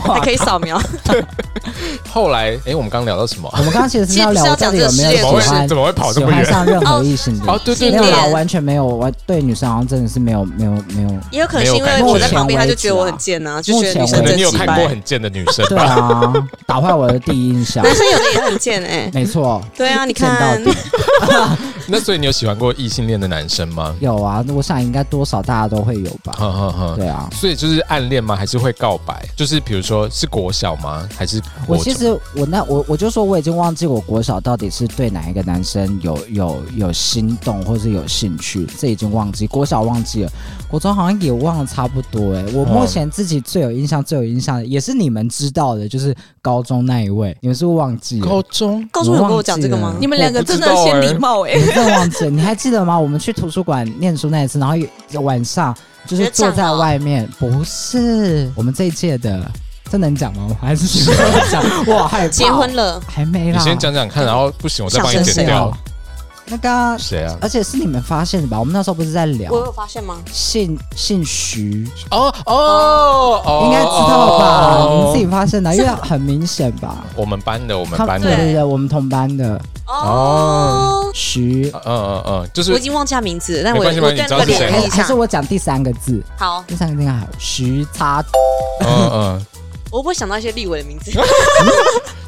还可以扫描。
后来，哎、我们刚聊到什么？
我们刚刚其实是要聊我到
*laughs*
底有没有喜
其实不
是要
欢，
讲这个事业怎么会跑这
喜
么远
欢上任何异性的？
哦，对对
没有
对
经
啦，
典
完全没有，我对女生好像真的是没有没有没有。
也有可能是因为我在旁边，他就觉得我很贱啊，就觉得女
可
生
能
真
你有
气
看
白
过。很贱的女生
对
吧？
啊，打坏我的第一印
*laughs*
象。
男生有的也很贱哎、
*laughs* 没错，
对啊，你
见
看
到，底
*laughs* 那所以你有喜欢过异性恋的男生吗？ *laughs*
有啊，我想应该多少大家都会有吧。
哈哈哈。
对啊，
所以就是暗恋吗？还是会告白？就是比如说是国小吗？还是
我
国
其
中？
实我那我我就说我已经忘记我国小到底是对哪一个男生有有有心动或是有兴趣，这已经忘记国小忘记了，国中好像也忘了差不多哎、
嗯
我目前自己最有印象最有印象的也是你们知道的，就是高中那一位，你们是不是忘记了？
高中
高中有跟我讲这个吗
我忘记了？
你们两个真的
我不知道
先
欸
礼貌哎、
你真的忘记了？你还记得吗？我们去图书馆念书那一次，然后有晚上就是坐在
哦
外面，不是我们这一届的，这能讲吗？我还是不能
*laughs*
讲，哇，害怕哦
结婚了，
还没
你
啦？
先讲讲看，然后不行我再帮你
想
是
剪
谁
掉
啊。？那个啊，
谁啊？
而且是你们发现的吧？我们那时候不是在聊
我有发现吗？
姓姓徐，
哦哦哦，
应该知道吧？
哦
你们自己发现的，因为很明显吧？
我们班的，我们班
对
的，
对对，我们同班的
哦，
徐，
嗯嗯嗯，就是
我已经忘记他名字了，但
没
我
关系
我
没关系
对
你知道
那个
是谁
脸
吗
还是
有印
还是
象。
我讲第三个字，
好，
第三个字应该好，徐叉
嗯嗯，
我不会想到一些立委的
*laughs*
名字，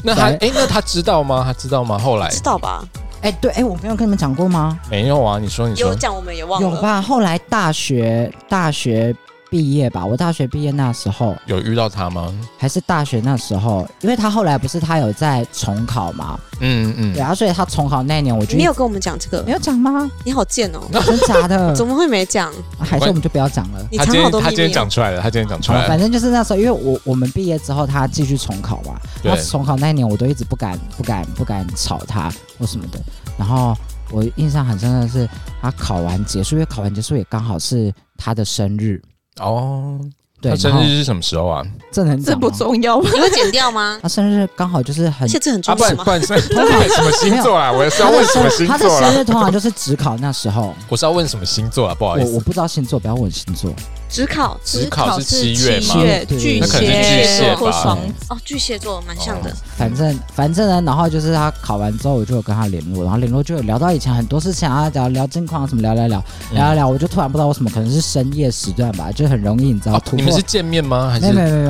那他哎，那他知道吗？他知道吗？后来
知道吧？
哎、对，哎、我没有跟你们讲过吗？
没有啊？你说你
有
说，
讲我们也忘
有
了。
吧？后来大学大学毕业吧，我大学毕业那时候
有遇到他吗？
还是大学那时候，因为他后来不是他有在重考嘛，
嗯
对
嗯，
啊，所以他重考那一年我就
你有跟我们讲这个
没，有讲吗？
你好贱哦！
真假
*laughs*
的？
怎么会没讲？
还是我们就不要讲了。
你
他
藏
今
好
天
多
他
秘
今天
密哦
讲。出来了，他今天讲出
好了，
来
反
了，
正就是那时候，因为我我们毕业之后，他继续重考嘛。
对
他重考那一年，我都一直不敢、不敢、不敢吵他或什么的。然后我印象很深的是，他考完结束，因为考完结束也刚好是他的生日。
哦。
对，
他生
然后
日是什么时候啊？
这能
*laughs* 这
讲
不
吗
重要吧？
*laughs* 你会剪掉吗？
他生日刚好就是很
而且这很
啊，
重
不
要
然
吗
不？然是不然什么星座啊？我是要
他的
问什么
生
星
他的
座
生
啦？
日通常就是只考那时候，
我是要问什么星座啊？不好
我
意
我
思，
不知道星座，不要问星座。
只考
只考是七月嘛
七月
对
巨
那可能是
巨蟹
蟹或
吧
双子。
哦，巨蟹座蛮像的
哦。
反正反正呢，然后就是他考完之后，我就有跟他联络，然后联络就有聊到以前很多事情啊，聊聊近况啊什么，聊聊聊聊聊，我就突然不知道为什么，可能是深夜时段吧，就很容易你知道
哦
突
你
破
们是见面吗？还是
没有没有没有没有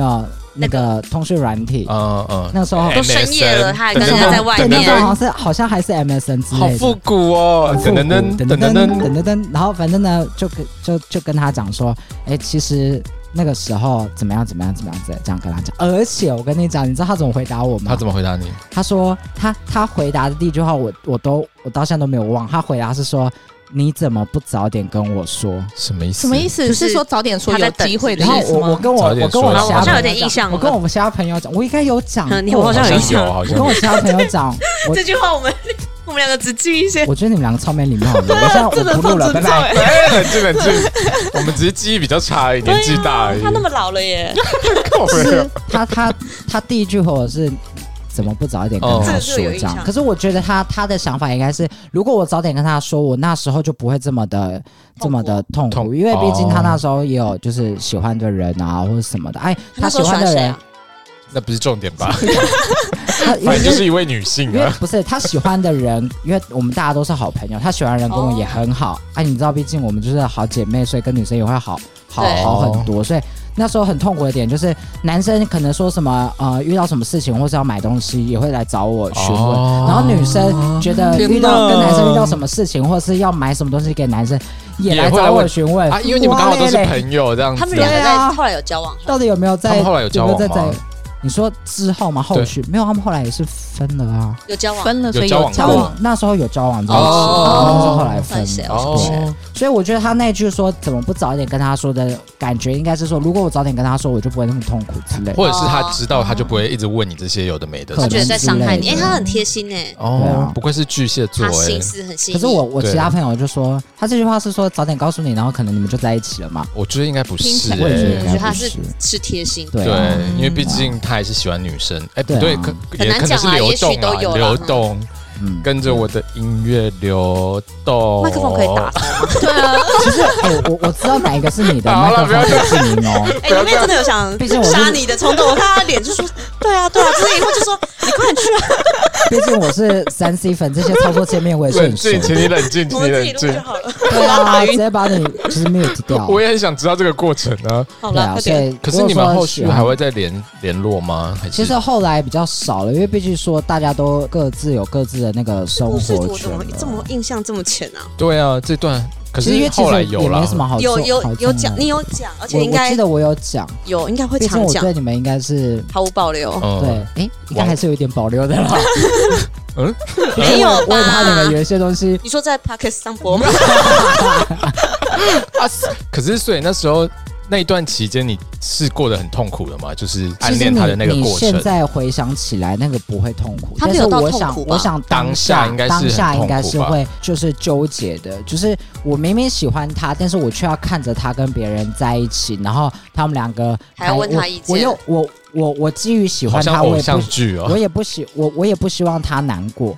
那
那个
个通讯软体，
嗯嗯，
那时候
都深夜
MSN
了他还跟人家在外
对，
面
那
啊
时候好像是好像还是 MSN 之
好
类
复
的。
古哦，
复
噔
古
噔噔
噔
噔噔噔，
噔噔，然后反正呢，就跟就就跟他讲说，哎，其实那个时候怎么样怎么样怎么样子，这样跟他讲。而且我跟你讲，你知道他怎么回答我吗？
他怎么回答你？
他说他他回答的第一句话我，我都我到现在都没有忘。他回答是说：“你怎么不早点跟我说
什么意思？
什么意思？
就是
是说早点说
他在
有
等
机会的
然后
意思
我我
吗？
跟我
早点
我跟
说
我
好
其他
像有
朋友
点印
讲，
象
我跟我们其他朋友讲，我应该有讲过，
嗯你好像
好
有
像
印象
有，好
我
像
跟
*laughs*
我其他
有
朋友讲，我
这句话我们我们两个只记一些，
我觉得你们两个超没礼貌的。我现
*laughs*
在我
真的
不
放
录了，拜
尊重
拜。
哎。
哎，这个这，我们只是记忆比较差，一点，年纪大而已。
啊他那么老了耶，
*laughs* 靠背
是他他他第一句回我是。怎么不早一点跟他
哦
说
这个有
这
印
样？
象
可是我觉得他他的想法应该是，如果我早点跟他说，我那时候就不会这么的这么的痛苦，
痛
因为毕竟他
哦
那时候也有就是喜欢的人啊，或者什么的。哎，他
那时
喜
候
欢的
谁
人
*laughs*
啊，？
嗯那不是重点
*laughs*
吧？
他因
反
为
正就是一位女性
因为
啊，
不是他喜欢的人， *laughs* 因为我们大家都是好朋友，他喜欢的人跟我也很好。
哦
哎、你知道，毕竟我们就是好姐妹，所以跟女生也会好好
对
好很多。所以那时候很痛苦的点就是，男生可能说什么呃遇到什么事情或是要买东西，也会来找我询问。
哦
然后女生觉得
天
遇到
哪
跟男生遇到什么事情，或是要买什么东西给男生，也
也
来
会来
找我
问
询问
啊，因为你们刚好都是
哇嘞嘞
朋友这样子
哎他们
啊
两，个
对啊
在后来有交往，
到底有没有在？
他们后来有交往
没有在在
吗？
你说之后吗？后
对
续没有，他们后来也是分了啊。
有交往，
分了，所以
欸有
有
交
交
往
往
过。
那时候有交往在一起，
哦
然后是后来分
分手
的。
哦，
所以我觉得他那句说怎么不早点跟他说的感觉，应该是说如果我早点跟他说，我就不会那么痛苦之类的。
或者是他知道，他就不会一直问你这些有的没的。
可
他
能
觉得在伤害
之
你，
类的
哎，他很贴心哎，
对
哦
啊，
不愧是巨蟹座
他
哎
心，思很细
可
腻。
是我我
对
其他朋友就说，他这句话是说早点告诉你，然后可能你们就在一起了嘛。
我觉得应该不
听
是
起
哎
来
我也觉得应
觉
该
得
不
他是嗯是贴心，
对
对
啊，
因为毕竟他还是喜欢女生，哎，不
对
对，
啊
可
很
也
难
可能
讲
是
啊
流
也许
动
都
啊，
有啦
流动，
嗯，
跟着我的音乐流
哦
动。啊
麦克风可以打开吗？
其实哎我我知道哪一个是
*laughs*
你的
好
麦
了
克风是静音哦。
*laughs*
哎，里面真的有想
毕竟我是
杀你的冲动，我看他脸就说，对啊 *laughs* 对啊，就是以后就说你快点去啊，
毕竟我是三 C 粉，这些操作界面我也是
冷
很熟。
静，请你冷静，
我
*laughs* 请你
们自
冷
己录就
静。
好了。
对啊，直接把你就是 mute 掉。
我也很想知道这个过程啊。
好
对
了，
啊，
快
所
点。
以
可是你
如果
们
说
后
喜
续
欢
还会再联联络吗？还是
啊其实后来比较少了，因为毕竟说大家都各自有各自的那个生
故事
活
我
圈
怎么
了。
啊
这么印象这么浅啊？
对啊，这段可
其实因
是
为其
后
实
来
也
有
没
了
什，么好
有
说
有
好
有
讲
讲，
的
你有讲，而
我
且应
我
该
记得我有讲，
有，应该会
毕竟
常
我
讲
对，你们应该是
毫无保留。
对，
嗯，
哎，应该还是有一点保留的啦。
嗯，
*laughs* 没有
*laughs* 我也怕你们
吧
有一些东西
你说在 p o d c a s 上播吗？
啊，是
*laughs*
可是所以那时候那一段期间，你是过得很痛苦的嘛？就是
其
暗
实
恋
你
他的那个
你
过
现
程，
在回想起来，那个不会痛苦，
他
但
没
是
有到
我
痛
想
苦，吧
我想
当
下
下应该是
当下
很
应
痛
该
苦
是
吧
会就是纠结的，就是我明明喜欢他，但是我却要看着他跟别人在一起，然后他们两个哎
还要问
我
他意见
我又我我我基于喜
好
欢
像
他，
偶
我也
像
不
剧
我
哦。
也不希我我也不希望他难过，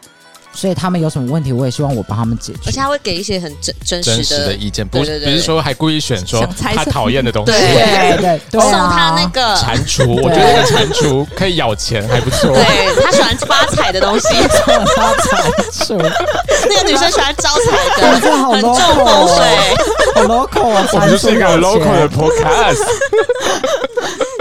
所以他们有什么问题，我也希望我帮他们解决。
而且他会给一些很真真
真
实
实的
的，
意见，不
对
是
对
不
对
是说还故意选说
想猜
他
测
讨厌的东西，
对
对对对
送
啊
他那个，
蟾蜍，我觉得那个蟾蜍可以咬钱，还不错。
对他喜欢发财的东西， *laughs*
发财树，
那个女生喜欢招财
*laughs* 你
的，
这好
很重
local
风
哦，
水。
好 local 啊！
我们就是一个
三叔老
local
钱
的 podcast，
*laughs*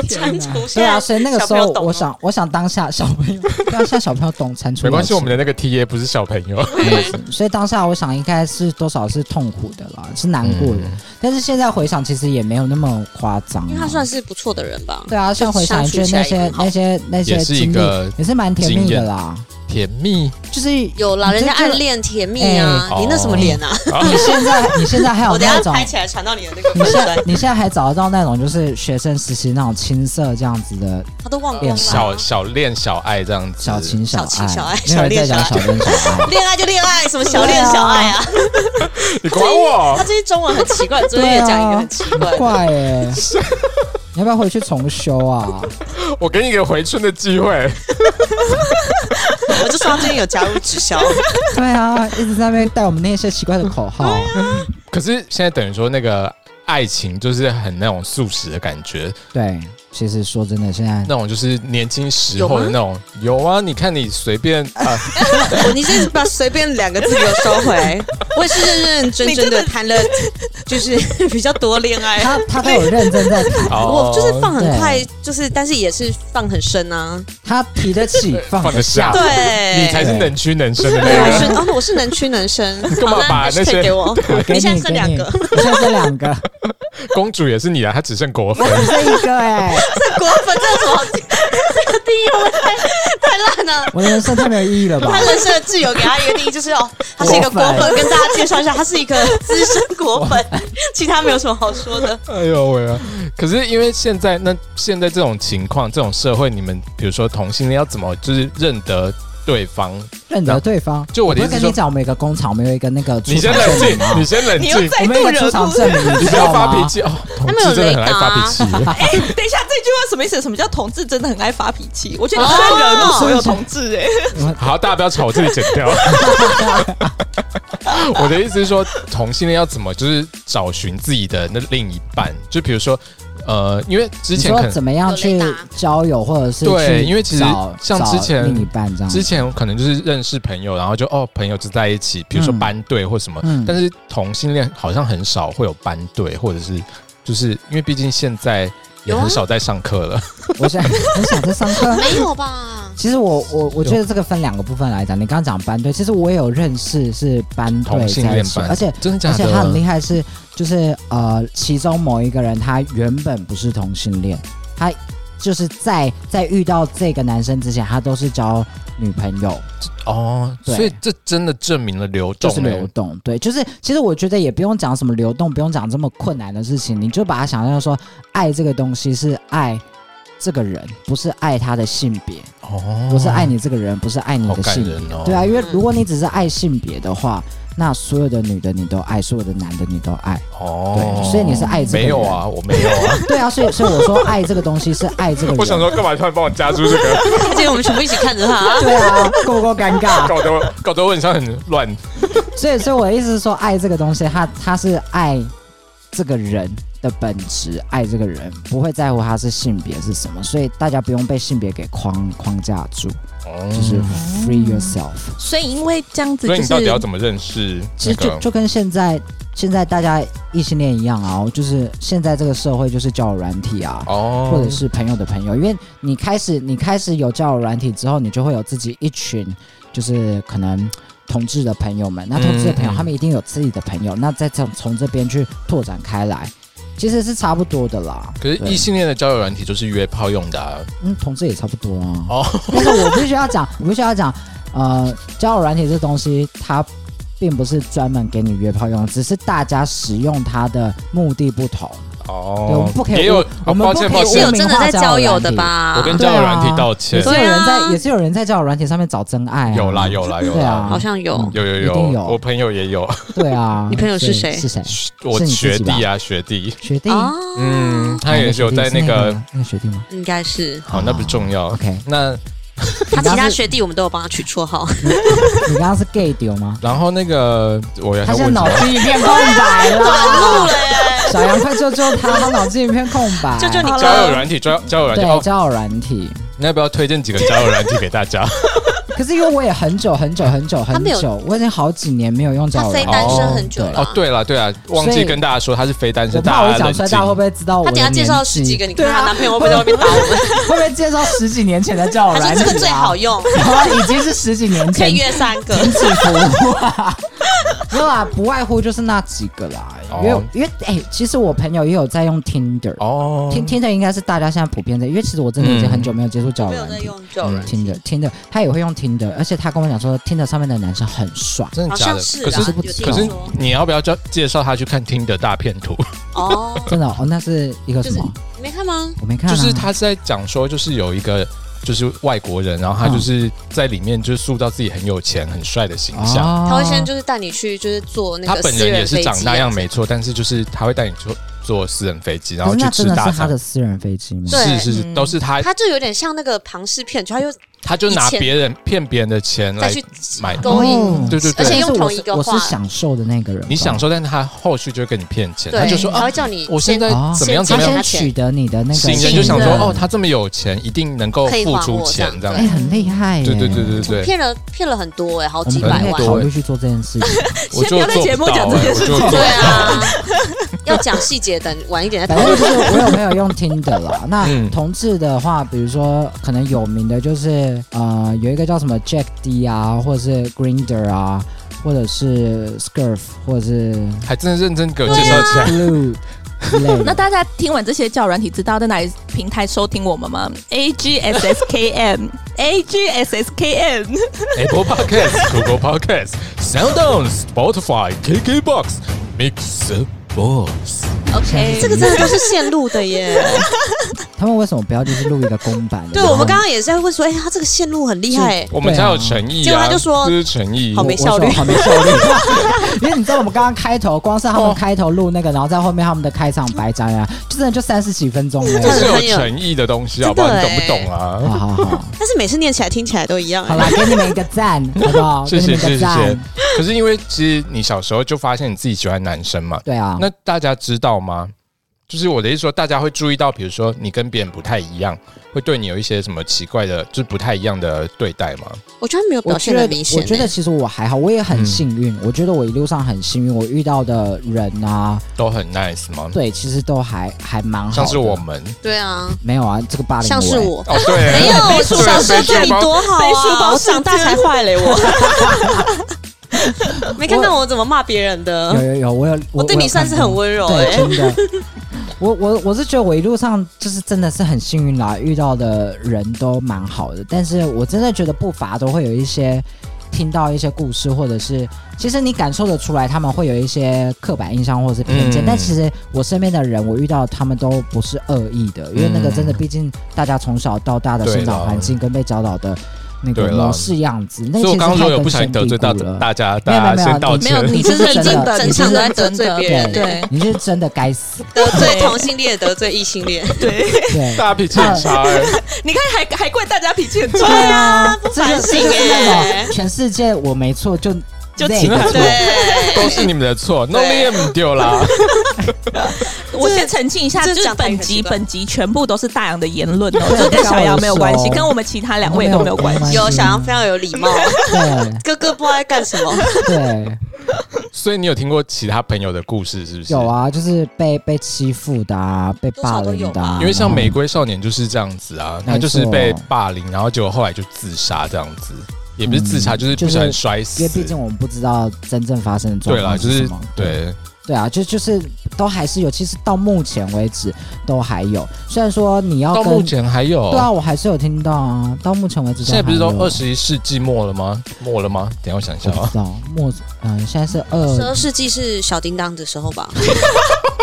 蟾蜍
对
现
啊，
在
所以那个时
小朋
候
友，懂哦
我
吗
想，我想当下小朋友，
*laughs*
对啊，现在小朋友懂蟾蜍，
没关系，我们的那个 T A 不是小朋友，
嗯
的，所以当下我想应该是多少是痛苦的啦，是难过
嗯
的，但是现在回想，其实也没有那么夸张啊，
因为他算是不错的人吧，
对啊，现在回想，觉得那些那些那些
也是一
经历
个
也是蛮甜蜜
经
的
验
啦，
甜蜜
就是
有啦，
你
人
就
家
觉得
暗恋甜蜜啊
哎，
你那什么脸啊？
你现在你现在还有
*laughs* 我等一下
哦那种
拍起来传到你的那个
你
粉
现在
砖，
你现在还找得到那种就是学生时期那种青涩这样子的
他都忘光
小
了。
小恋小爱这样子，
小情小
小情小
爱
爱，
没有人在
小
讲
恋
小
小。
恋小爱
恋爱就恋爱，什么小恋小爱啊？
你管我
他？最近中文很奇怪，昨天也讲一个啊很奇怪
很
的。
啊怪哎、 *laughs* 你要不要回去重修啊？
我给你一个回春的机会。
我就说他最近有加入直 *laughs* 销，
对啊，一直在那边带我们那些奇怪的口号。
可是现在等于说那个爱情就是很那种素食的感觉，
对，其实说真的，现在
那种就是年轻时候的
有吗
那种。有啊，你看你随便
*laughs*
啊，
我你先把“随便”两个字给我收回。我也是认认真真的谈了，就是比较多恋爱。
他他都有认真 *laughs* 在谈，
哦
我就是放很
对
快，就是但是也是放很深啊。
他提得起放
放得
得下。
下
对，
啊你才是能屈能伸的
对
那
我
个
是
人。
哦，我是能屈能伸。
*laughs* 干嘛
好那
把那
hashtag
些 *laughs*
给我？
给
你现在剩
给
两个，
你现在剩两个，
公主也是你啊，她只剩国
我
分。
只剩一个哎、
果粉这有什么 *laughs* 好？这个定义我太太烂了。
我的人生太没有意义了吧 *laughs*
*laughs*
他？人生的挚友给他一个定义就是哦，他是一个果
果
粉，跟大家介绍一下，他是一个资深果粉，其他没有什么好说 *laughs* 的。
哎呦喂啊！可是因为现在那现在这种情况，这种社会，你们比如说同性恋要怎么就是认得对方？
认得对方，
就我的意
不是
思
跟
说
你讲，我们有一个工厂，我们有一个那个出
你先
厂证
冷
明
静
吗，
你先冷静，
我们有一个出厂证明，
你
知
不要
道
发
吗
脾？气哦。同
们有
志真的很爱
雷达
发
啊
脾气耶。
哎、等一下，这句话什么意思？什么叫同志真的很爱发脾气？我觉得你在惹怒所
哦
有同志哎、
好，大家不要吵，我自己剪掉。 *laughs* 我的意思是说，同性恋要怎么就是找寻自己的那另一半？就比如说，呃，因为之
你
前
说
可能
怎么样去交友，或者是
对
去
因为其实
找
像
找
之前
另一半这样，
之前可能就是认识朋友，然后就哦，朋友就在一起，比如说
嗯
班队或什么。
嗯
但是同性恋好像很少会有班队，或者是就是因为毕竟现在也
有啊
很少在上课了。
我想很想在上课。啊
没有吧？
其实我我我觉得这个分两个部分来讲，你刚刚讲班队，其实我也有认识是班队
同性
在一
恋
起，
班，
而且
真的
而
假
且他很厉
的？
害是，就是呃，其中某一个人他原本不是同性恋，他就是在在遇到这个男生之前，他都是交女朋友，
哦，
对
所以这真的证明了流
就
动、
是流
欸。
动。对，就是其实我觉得也不用讲什么流动，不用讲这么困难的事情，你就把它想象说，爱这个东西是爱这个人，不是爱他的性别。
哦，
不是爱你这个人，不是爱你
好
的
感
性别
人，哦
对啊，因为如果你只是爱性别的话，那所有的女的你都爱，所有的男的你都爱，
哦，
对，所以你是爱这个
没
人
有，啊，我没有啊。
对啊，所以所以我说爱这个东西是爱这个人，
*laughs* 我想说，干嘛突然帮我加入这 *laughs* 个，
而且我们全部一起看着他。
对啊，够不够尴尬？
搞得我搞得我很像很乱。
所以所以我的意思是说，爱这个东西，它它是爱这个人的本质，爱这个人不会在乎他是性别是什么，所以大家不用被性别给框框架住，就
哦，
是 free yourself。
所以因为这样子
所以
就
你到底要
是。
怎么认识
其实
那
就
个？
就跟现在现在大家异性恋一样啊，就是现在这个社会就是交友软体啊。
哦，
或者是朋友的朋友，因为你开始你开始有交友软体之后，你就会有自己一群，就是可能同志的朋友们。那同志的朋友，
嗯嗯
他们一定有自己的朋友，那再从从这边去拓展开来，其实是差不多的啦。
可是
对
异性恋的交友软体就是约炮用的、啊，
嗯，同志也差不多啊。
哦
但是我必须要讲，我必须要讲，呃，交友软体这东西，它并不是专门给你约炮用，只是大家使用它的目的不同。对，我
哦
们不，可以，
也有，
我
哦
们
抱
不可
歉
以啊
抱
是
歉
有，真的在交友的吧？
我跟交友软体道歉
也是，有人在，
对啊
也是有人在交友软体上面找真爱、啊。
有啦，有啦有
对
啦
啊，
好像有
嗯。
有有
一定
有，
有
我朋友也有，
对啊。
*laughs* 你朋友是
所以
谁
是谁？
我
是你
学
自己吧
弟啊学弟，
学弟。
啊，
嗯，他
哪
也
个
是
学
有
弟
在
是那
那个，
吗那个学弟吗
应该是
好，那不重要。
？OK，
那
他其他学弟，我们都有帮他取绰号。
*laughs* 你刚刚是 gay 丢吗？
然后那个我要
他
要
现在
问什
脑
么？
筋一片空白
*laughs*
了， *laughs* 小杨快救救他，他脑筋一片空白。
救救你
交友软体，交交友软体，
对
哦，
交友软体。
你要不要推荐几个交友软体给大
*laughs*
家？
可是因为我也很久很久很久很
没有
久，我已经好几年没有用交
他
友
非
软
单
体。
单身
身
很
很
久
久
了。
了
哦，对了对了，忘
所
记
以
跟大家说他是非单身，
我怕
大
我
家冷
讲出来，
静
大家。会不会知道我
他
的
等一下
年纪？
介绍十几个，你看
对啊
她男朋友会不会在外面打我们？
*laughs* 会不会介绍十几年前的交友
他
软体、
说
啊？
这个最
*laughs*
好用，
已经是十几年
可 *laughs*
前
以约三个。
停止服
*laughs*
务啊。没有啦，不外乎就是那几个啦。因为、
哦
因为哎、其实我朋友也有在用 Tinder，Tin、
哦，
Tinder 应该是大家现在普遍的，因为其实我真的已经很久没有接触交
没
友
有在
软体。
用交友软体
Tinder Tinder，他也会用 Tinder，而且他跟我讲说 Tinder 上面的男生很帅，
真的假的？
好像是啊
可是
有听
可是
说
你要不要叫介绍他去看听的大片
*laughs*
图？
哦，
真的哦，那是一个什么？
你没看吗？
我没看、啊，
就是他是在讲说，就是有一个就是外国人，然后他就是在里面就是塑造自己很有钱、很帅的形象。
哦
他会先就是带你去，就是做那
他
个
本
私
人也
人飞
是
机啊。
长那样没错，但是就是他会带你做坐私人飞机，然
可
后
是
去
那
吃
真的
大
是他
餐。
的私人飞机吗？
是
对
是是，
嗯
都是他，
他就有点像那个庞氏骗局，他又
他就拿
以前
别人骗别人的钱
再
来
去
买。
勾
哦
引，
对对对
而且
但是
用
我
同一
是
个
我
话
是，享受的那个人吧，
你享受，但他后续就会跟你骗钱，
对，
他就说
他
啊
会，叫你
我现在
哦
怎么样
他
怎么样，
先
他钱
取得你的那个
行人
信
就想说
任
哦，他这么有钱，一定能够
可以
付
还
出
我这
钱
样
这
哎，
样。
很厉害耶，
对对对对对，
骗了骗了很多哎、好
我
几
们可
百
能
很
可以
万。
多
考虑去做这件事情。
*laughs*
我
先不
就
要在
做
节
不
目
到
讲这
哎
件
我
事
就做
情
对
*laughs*
啊，要讲细节，等晚一点再
反
讨
正
论。
就是我有没有用听的
*laughs*
啦。那
嗯
同志的话，比如说可能有名的就是呃，有一个叫什么 Jack D 啊，或者是 Grinder 啊，或者是 Scurf，或者是
还真的认真给我介绍起来。
*laughs*
Blue 之类的。
那大家听完这些教软体，知道在哪里平台收听我们吗？A G S S K M *laughs* A G S S K M， *laughs*
Apple Podcast、Google *laughs* Podcast、Sound On、Spotify、KKBox、Mixer Box。
OK
这个真的都是线路的耶。
他们为什么不要就是录一个公版的？
*laughs* 对，我们刚刚也是在问说，哎、他这个线路很厉害、哎
我们才有诚意啊！
结果他就说
这是诚意
好。
我
没效率
我手好没效
*laughs*
率。 *laughs* 因为你知道我们刚刚开头，光是他们开头录那个，然后在后面他们的开场白讲呀，就真的就三十几分钟了。
这是有诚意的东西，好不好？
真
你
的
懂不
欸
懂啊？
好好好，
但是每次念起来听起来都一样、
好
哎
啦，给你们一个赞，好不好？
谢
给你
谢
们一个
谢谢谢谢
赞。。
可是因为其实你小时候就发现你自己喜欢男生嘛，
对啊，
那大家知道吗？就是我的意思说，大家会注意到，比如说你跟别人不太一样，会对你有一些什么奇怪的，就是不太一样的对待吗？
我觉得他没有表
我
现
觉
的
得
明显、
我觉得
哎
其实我还好，我也
嗯
很幸运。我觉得我一路上很幸运，我遇到的人啊，
都很 nice 吗？
对，其实都还还蛮好的。
像是我们
对啊，
没有啊，这个霸凌
像是
欸。
我。
哦，对，
没有，我小时候对你
多。
多好
背书
啊！
包
我长大才坏嘞，我 *laughs* 没看到我怎么骂别人的
欸有。有有，我有，
我对
有
你算是
看到
很温柔
对，*laughs*
哎
真的。我我我是觉得我一路上就是真的是很幸运啦，遇到的人都蛮好的，但是我真的觉得不乏都会有一些听到一些故事，或者是其实你感受得出来他们会有一些刻板印象或者是偏见，
嗯
但其实我身边的人我遇到他们都不是恶意的，因为那个真的毕竟大家从小到大的
嗯对
生长
啦
环境跟被教导的那个
对啦
模式样子，那
所以我
其实
刚刚
太
说有
根
不小心
深
得罪
蒂
到
固了。
大家，
没有没有
大家
没有
先道
你
没有，
歉。
你是
*laughs*
认真的，
正
你是
常
认
的在
真的
得罪别人
对，
你是真的该死，
得罪同性恋，得罪异性 *laughs* 恋，
*laughs*
对。
啊
大家脾气很
*laughs*
差
哎
欸，
你看还还怪大家脾气很差，
对啊，不
反省
这就是那
耶
种全世界我没错就
就
累
请
的
他
错，
对，
都是你们的错，弄你也不丢啦。
*laughs* 我先澄清一下，
这
就是
讲法也
本
很
集
奇怪
本集全部都是大洋的言论哦，
对
这跟小杨没有关系，
不
跟
要
我们其他两位都没有关系。
有小杨非常有礼 *laughs* 貌，
对
哥哥不知道在干什么，
对，
所以你有听过其他朋友的故事是不是？
有。
*laughs*
啊，就是被被欺负的啊，被霸凌的啊，
因为像玫瑰少年就是这样子
嗯
啊，他就是被霸凌，然后结果后来就自杀这样子，也不是自杀，
嗯
就是不小心摔死。
因为毕竟我们不知道真正发生的状
对啦，
况
就是是
什么，
对，
对啊，就就是都还是有，其实到目前为止都还有，虽然说你要
到目
跟。
前还有。
对啊，我还是有听到啊。到目前为止，
现在不是都二，十一世纪末了吗？末了吗？等一下我想一
我
下
不
啊。
知道末，嗯、现在是
*laughs* 十二
二，
世纪是小叮当的时候 *laughs* 吧？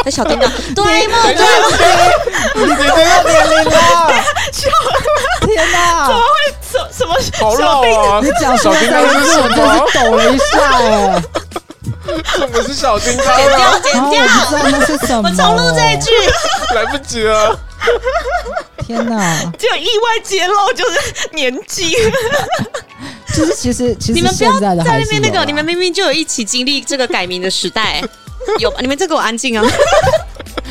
哎，小叮当，哆啦 A 梦，
等一下， *laughs* 你这个年龄啊，
天哪！
什什么？
好老啊！
你讲
小叮当
我
是什么？
真是抖了一下哎，
什么是小叮当
剪
啊？
然
掉，剪
后
掉
我，哦不知道那是什么。
我重录这
哎
一句。
来不及了。
天哪！
就意外揭露就是年 *laughs* 纪，
就是其实其
你
实
们不
现
要
在的
在
还
那
是
边那
有
个，
啊
你们明明就有一起经历这个改名的时 *laughs* 代，有你们这给我安静啊！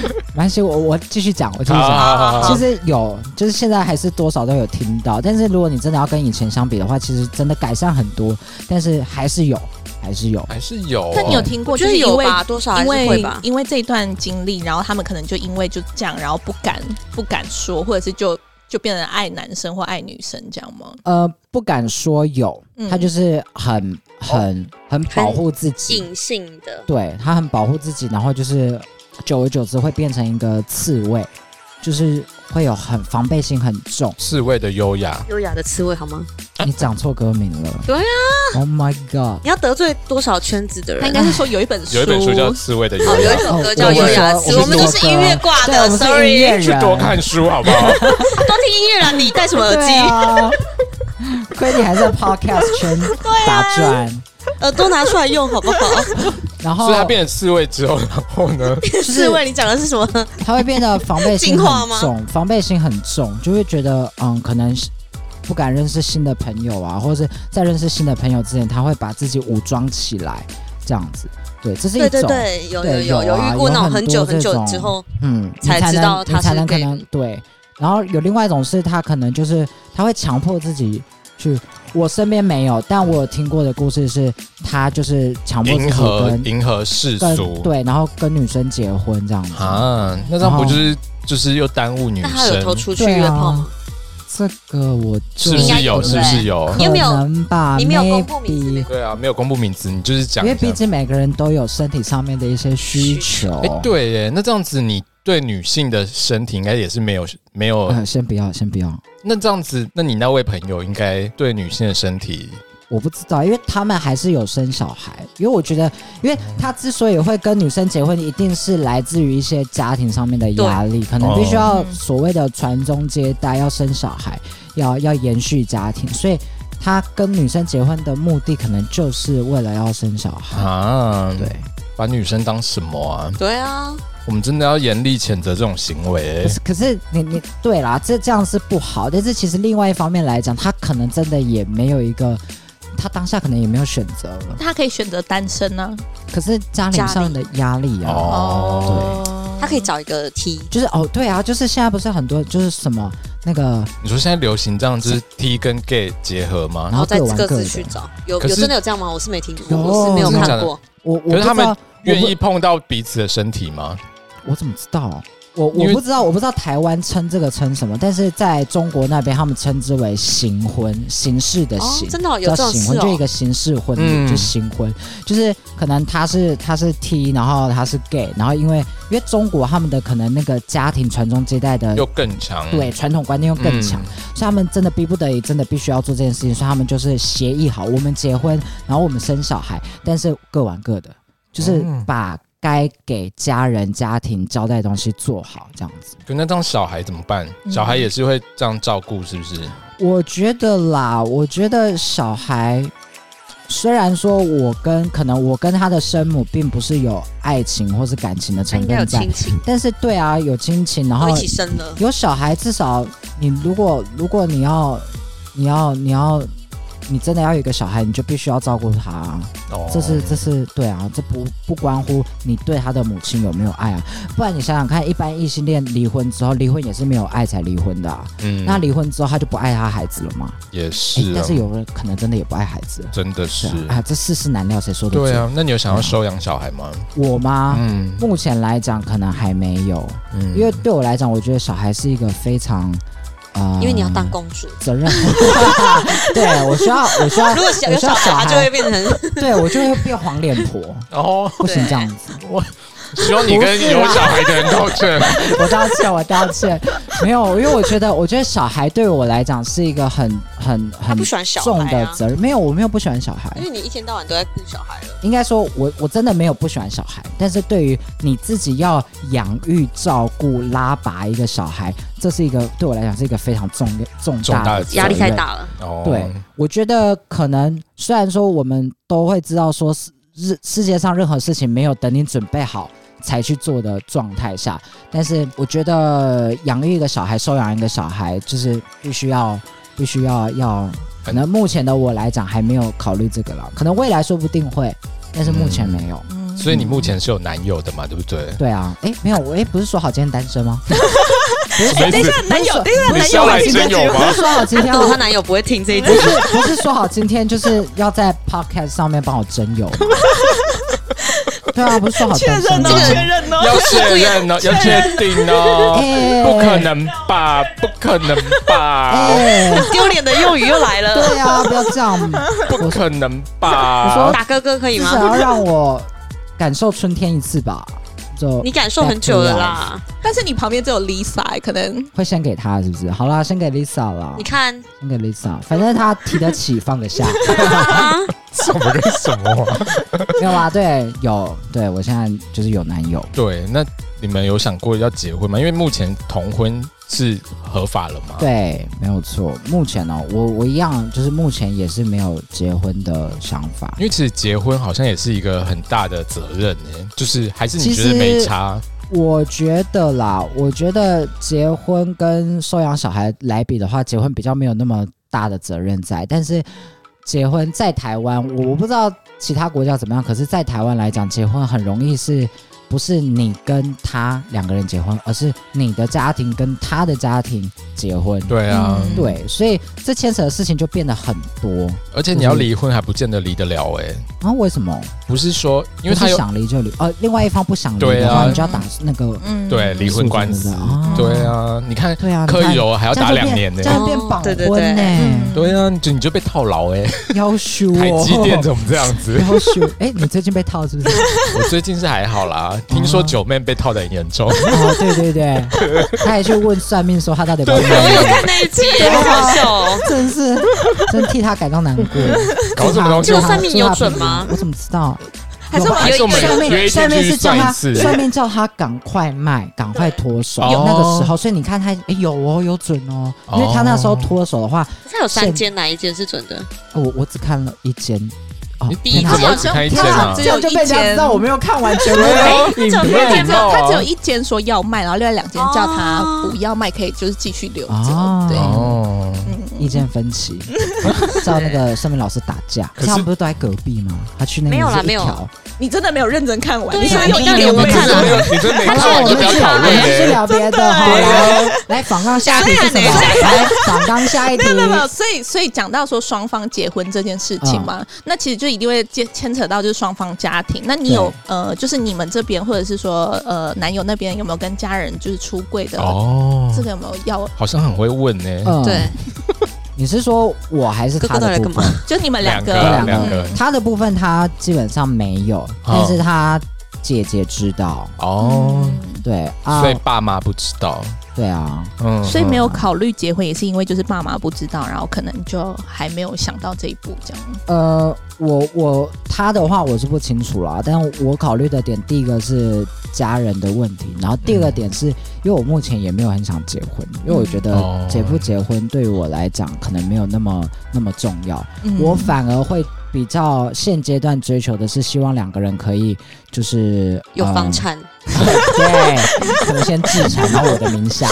没关系，我我继续讲，我继续
好
讲。
好好好
其实有，就是现在还是多少都有听到，但是如果你真的要跟以前相比的话，其实真的改善很多，但是还是有，还是有。
还是有、啊
但你有听过，
我
就
觉得
是因
有
为
吧，多少还
因
是会
为
吧。
因为这一段经历，然后他们可能就因为就这样，然后不敢不敢说，或者是就就变成爱男生或爱女生这样吗？
呃，不敢说有，
嗯
他就是很很很保护自己，
隐性的，
对他很保护自己，然后就是久而久之会变成一个刺猬，就是会有很防备心很
*laughs*
重。
刺猬的优雅，
优雅的词汇好吗？
你讲错歌名了。
对啊
，Oh my god！
你要得罪多少圈子的人？
他应该是说有一本书，
有一本书叫《刺猬的优
哦，有
雅
一》，首歌叫《优雅的词》，
哦我
我
们
们
是
都是音乐挂
对，我
的
们是音乐
，sorry，
去
人，
多看书好不好？
都听音乐啦，你戴什么耳
对
机？
啊。 *laughs*
*laughs* 啊
亏你还在 podcast 圈打转，
耳朵拿出来用好不好？
然后
所以他变成刺猬之后，然后呢，
*laughs*
试问你讲的是什么？
他会变得防备心
进化吗
很重，防备心很重，就会觉得嗯，可能是不敢认识新的朋友啊，或者是在认识新的朋友之前，他会把自己武装起来，这样子。对，这是一
对
种，
对对，有有
对
有
有啊
遇过那种很久
有
很
很多
久
这种
之后，
嗯，你
才
才
知道
能
他
你才
是
能可
gay
能对。然后有另外一种是他可能就是他会强迫自己去，我身边没有，但我有听过的故事是，他就是强迫自
迎
己
合
跟
迎合世
跟
俗
对，然后跟女生结婚这样子。
啊，那这样不就是就是又耽误女
那他有
生
偷？出去
啊
约炮吗？
这个我就是
不
应该
是有？
有
是不是有？
你有没有
可能吧？
你没有公布名字
maybe
对啊，没有公布名字，你就是
因
讲一
为
下。
毕竟每个人都有身体上面的一些需求。
哎，对耶，那这样子你对女性的身体应该也是没有没有。
呃，先不要，先不要，
那这样子，那你那位朋友应该对女性的身体
我不知道，因为他们还是有生小孩。因为我觉得，因为他之所以会跟女生结婚，一定是来自于一些家庭上面的压力，可能必须要所谓的传宗接代，要生小孩，要要延续家庭，所以他跟女生结婚的目的，可能就是为了要生小孩。
啊，
对，，
把女生当什么啊？
对啊，
我们真的要严厉谴责这种行为
可。是，可是你你对啦，这这样是不好。但是其实另外一方面来讲，他可能真的也没有一个，他当下可能也没有选择了。
*laughs* 他可以选择单身啊呢、
可是家庭上的压力啊，
哦
他可以找一个 T，
就是哦，对啊，就是现在不是很多就是什么那个，
你说现在流行这样子 T 跟 gay 结合吗？
然
然后
后
再
各玩
各自
的
去找。有
可
有
是
真的有这样吗？我是没听过，
有
我是没有
真的假
看
的
过。
我我不
可是
知
他们
道，
愿意碰到彼此的身体吗？
我怎么知道？啊我
因
我
为
不知道，我不知道台湾称这个称什么，但是在中国那边他们称之为行婚，形式的
哦
形，，
真的哦有
叫
这种
行
事
婚，就一
哦。
个形式婚礼，
嗯
就行婚，就是可能他是他是 T，然后他是 gay，然后因为因为中国他们的可能那个家庭传宗接代的
又更强，
嗯对传统观念又
嗯，
更强，所以他们真的逼不得已，真的必须要做这件事情，所以他们就是协议好，我们结婚，然后我们生小孩，但是各玩各的，就是
嗯
把该给家人家庭交代的东西做好，这样子。
可那这样小孩怎么办？小
嗯
孩也是会这样照顾，是不是？
我觉得啦，我觉得小孩虽然说我跟可能我跟他的生母并不是有爱情或是感情的
他
成
应该有
分在
亲，情，
但是对啊，有亲情，然
然后
后嗯
一起生了。
有小孩，至少你如果如果你要你要你要你真的要有一个小孩，你就必须要照顾他、啊。
哦
这是这是对啊，这不不关乎你对他的母亲有没有爱啊，不然你想想看，一般异性恋离婚之后，离婚也是没有爱才离婚的啊。
嗯
那离婚之后他就不爱他孩子了吗？
也
哎
是啊，
但是有人可能真的也不爱孩子。
真的
是
是
啊，啊，这世事难料，谁说的
对啊。那你有想要收养小孩吗？
啊我吗？
嗯
目前来讲，可能还没有，
嗯
因为对我来讲，我觉得小孩是一个非常，呃，
因为你要当公主，
责任。对我需要，我需要，
*laughs* 如果小
我
有
需
小
要
孩，
小
他
孩，
就会变成
对我就会变黄脸
*laughs*
婆，
哦，
不行这样子。
希望你跟有小孩的人道歉。
我道歉，我道歉。没有，因为我觉得，我觉得小孩对我来讲是一个很很
他
很
不喜欢小
重
孩
的
啊，
责任。没有，我没有不喜欢小孩
因。为你一天到晚都在顾小孩了。
应该说我我真的没有不喜欢小孩，但是对于你自己要养育、照顾、拉拔一个小孩，这是一个对我来讲是一个非常重重
重大
大
的
的
责任
压力太
责任
大了，
哦，
对，我觉得可能虽然说我们都会知道说世世世界上任何事情没有等你准备好才去做的状态下，但是我觉得养育一个小孩、收养一个小孩，就是必须要必须要要，可能目前的我来讲还没有考虑这个了，可能未来说不定会，但是目前没有。
嗯，
所以你目前是有男友的嘛？对不对？
对啊，哎，没有，我哎不是说好今天单身吗？
什么意思？
男友，等一
你是要来真有吗
不？是说好今天
但我她男友不会听这一集
*laughs* 不。是不是说好今天就是要在 podcast 上面帮我征友吗？对啊，不是说好单身吗？
认哦
要确认哦，要确定哦，
哎
不可！能吧？不可能吧？
哎，
丢脸的用语又来了。
对啊，不要这样，
不可能
我
吧
说？
打哥哥可以
至少
吗？
要让我感受春天一次吧。就
你感受很久了啦，
啊
但是你旁边只有 Lisa，、欸、可能
会先给他是不是？好啦，先给 Lisa 啦
你，看
先给 Lisa，反正他提得起放得下，
啊， *laughs*
什么跟什么啊？
没有啦，对，有，对我现在就是有男友，
对，那你们有想过要结婚吗？因为目前同婚是合法了吗？
对，没有错。目前呢、哦我我一样，就是目前也是没有结婚的想法。
因为其实结婚好像也是一个很大的责任呢、就是还是你
其
觉得
实
没差，
我觉得啦，我觉得结婚跟收养小孩来比的话，结婚比较没有那么大的责任在。但是结婚在台湾，我我不知道其他国家怎么样，可是，在台湾来讲，结婚很容易是不是你跟他两个人结婚，而是你的家庭跟他的家庭结婚。
对啊，
嗯
对，所以这牵扯的事情就变得很多。
而且你要离婚还不见得离得了哎、
啊，为什么？
不是说因为
不
他
是
有
想离就离，呃，另外一方不想离
对
的
啊
话，你就要打那个
嗯
对离婚官
诉
司
讼对不，对
对啊，你看
对啊，你
柯
看
以柔还要
这样
打
就
两
变
年呢、
这样变绑
哦对对
婚
对嗯
呢、
嗯
对啊，你就你就被套牢哎、
要修、
台
哦，
积电怎么这样 *laughs* 子？
要修。哎、你最近被套
*laughs*
是不是？
我最近是还好啦，听说九妹被套的很严重，
哦，对对对，他还去问算命说他到底要不要
我
买
有看那一集，
啊
好好
*laughs*
笑哦。
真是真替他感到难过。啊
搞什么东西啊
祝他
这个算命
祝他
有准吗
平安我怎么知道？
还是我
还是我们
算
约
命
一
算
天
命
去
是叫
算
他
一次？哦
算命叫他赶快卖，赶快脱手。
有
那个时候，所以你看他，哎、有哦，有准哦，因为他那时候脱手的话，
它有三间，哪一间是准的？
我我只看了一间。哦
你，
第
你
一
天哪
怎么只看一间啊
只？
这样
有
就
一
被人家
间
知道我没有看完全部
*laughs* *laughs* 对啊
的影
只有
片。
他只有
哦
他只有一间说要卖，然后另外两间叫他不要卖，可以就是继续留
哦
着。对，
哦，
意见分 *laughs* 歧，叫那个上面老师打架，
可是
他们不是都在隔壁吗？他去那
没
边
有啦
是一条
没有
你真的没有认真看完，
对啊
你是不是有
你
一
到底
年
有没
没
有看
你真
啊
没有，你真没
好
看
啦，
完
我
就
们
不要
去
讨
我
论
们去
嘞。
聊别的好了。来，访纲下一题是什么？来，访纲下一题
*laughs* 没。有没有没有，所以所以讲到说双方结婚这件事情嘛，那其实就一定会牵牵扯到就是双方家庭。那你有呃，就是你们这边或者是说呃男友那边有没有跟家人就是出柜的？
哦，
这个有没有要？
好像很会问呢。
嗯
对，
你是说我还是他
哥哥到底
的
在
部
干嘛
分？
就你们两个，嗯
个， *laughs*
两个
啊两个。
他的部分他基本上没有，但是他姐姐知道。
哦，
对啊
所，以爸妈不知道。
对啊，
嗯，
所以没有考虑结婚，也是因为就是爸妈不知道，然后可能就还没有想到这一步这样。
呃，我我他的话我是不清楚啦，但我考虑的点，第一个是家人的问题，然后第二个点
嗯
是、因为我目前也没有很想结婚，因为我觉
哦
得结不结婚对于我来讲可能没有那么那么重要，
嗯
我反而会比较现阶段追求的是希望两个人可以就是
有
呃
房产，
*laughs* 对，可能先置产然后我的名下，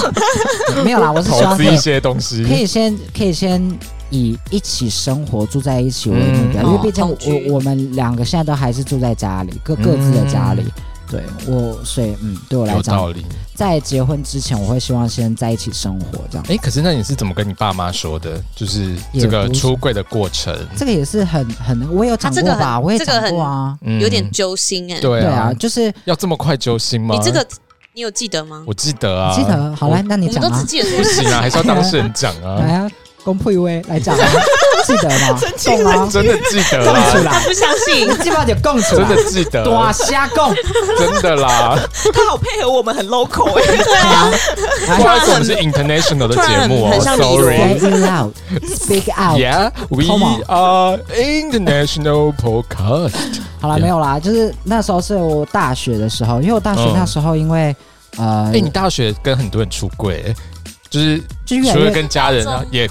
没有啦，我是希
*laughs* 投
望可
资
以
一些东
可
西。
以先可以先以一起生活住在一起为目标，
嗯
因为毕竟
哦同居
我我们两个现在都还是住在家里，各各自的家里。对我，所以嗯，对我来
嗯有道
讲，
理。
在结婚之前，我会希望先在一起生活这样。
哎，可是那你是怎么跟你爸妈说的？就是这
也
个
不是
出柜的过程。
这个也是很很，我也有讲过
他这个很
吧，我也
这个
讲过啊。
嗯
有点揪心哎。
对
对
啊
啊，，就是
要这么快揪心吗？
你这个你有记得吗？
我记得啊，
记得，好来，那你
我们
讲
都
啊
只，记得
不 *laughs* 行啊，还是要当事人讲
*laughs* 来
啊，
啊，公配位来讲啊，
*laughs*
记得吗？供吗？
真的记得
供出
啦， *laughs*
来，
不相信，
基本上就供出
真
来，
的记得，
啊
啊
大虾供，
真的啦，
他好配合我们，很 local 哎、
对啊，
不好意思，我们是 international 的节目哦
突然很像迷路
，sorry。
Say it loud, speak out。
Yeah, we
Come on
are international podcast。
好了，
Yeah
没有啦，就是那时候是我大学的时候，因为我大学
嗯
那时候因为、呃
哎、，你大学跟很多人出柜，欸就是
就越来
除了
越
跟家人啊，也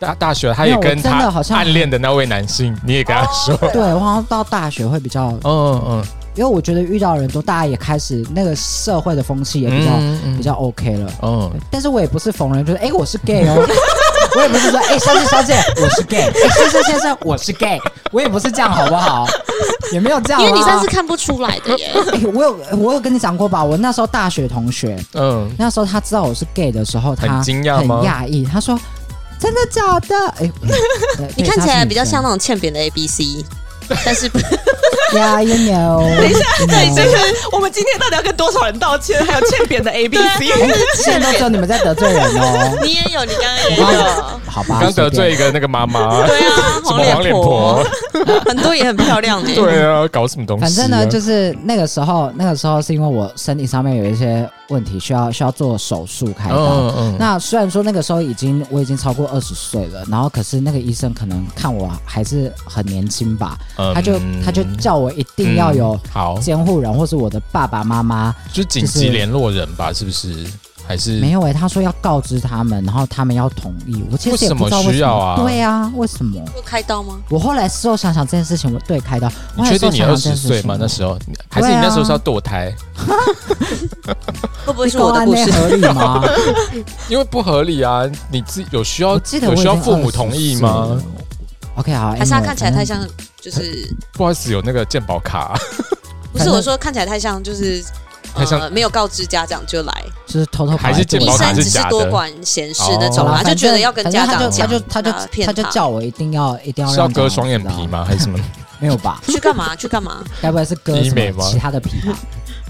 大大学他也
没有
跟
我真
他
的好像
暗恋的那位男性，你也跟他说，
*laughs* 对我好像到大学会比较，
嗯嗯
因为我觉得遇到的人多，大家也开始那个社会的风气也比较、
嗯嗯
比较 OK 了。
嗯，
但是我也不是逢人就是哎、我是 gay
*laughs*
哦。我也不是说，哎、小姐小姐，我是 gay，哎、先生先生，我是 gay，我也不是这样，好不好？也没有
啊
这样啦。啊
因为你算是看不出来的
*laughs*
耶。
哎、我有我有跟你讲过吧？我那时候大学同学，
嗯，
那时候他知道我是 gay 的时候，他
很惊讶吗
很讶异，他说：“真的假的？”哎、对
你看起来比较像
她
那种欠扁的 A B C，但
*laughs*
是不
是女生 Yeah, you know。等一下，
对，就是 *laughs* 我们今天到底要跟多少人道歉，还有欠扁的 A B
啊
C。：“
哎现在都只有你们在得罪人
*laughs*
哦。
你也有，你刚刚也
我
有
刚。好吧，
刚得
随便
罪一啊个那个妈 *laughs* 妈，
对啊，
什么黄脸婆，， *laughs*
很多也很漂亮哎。
对啊，搞什么东西啊？
反正呢，就是那个时候，那个时候是因为我身体上面有一些问题，需要需要做手术开刀。
嗯嗯
那虽然说那个时候已经我已经超过二十岁了，然后可是那个医生可能看我还是很年轻吧，
嗯
他就他就叫我一定要有
嗯好，
监护人或是我的爸爸妈妈
就是紧急联络人吧，是不是？还是
没有哎、他说要告知他们，然后他们要同意。我其实也不知道
为什么需要啊
对啊，为什么？
有开刀吗？
我后来事后想想这件事情，我对开刀。我后
你
来
确
事后
定你二
想想
十
这件事
岁
情
吗？那时候
啊
你还是你那时候是要堕胎，
会不会是我的故
这
事
个？案内合理吗？
*laughs* 因为不合理啊！你自己有需要
我记得
有
我已
需
经
要父母同意吗
24？了？OK，好，
还是他
anyway，
看起来太像
反，
就是
不好意思，有那个健保卡、
反
不是
正
我说看起来太像，就是
太像
呃没有告知家长就来，
正就是偷偷跑来
还是健
做一
保
医
下
卡
生
是
只
假的哦
多管闲事那
好
种
啦
啊，
反
就觉得要跟
正
家
反
长
正他
讲，
就他就
然
他
后
就
骗
他就叫我一定要一定要
是要
让家
割
长
双眼皮
知道？
吗？还是 *laughs* 什么？
没有吧？
去干嘛？去干嘛？
该不会是割
医
什
美吗
么其他的皮吧？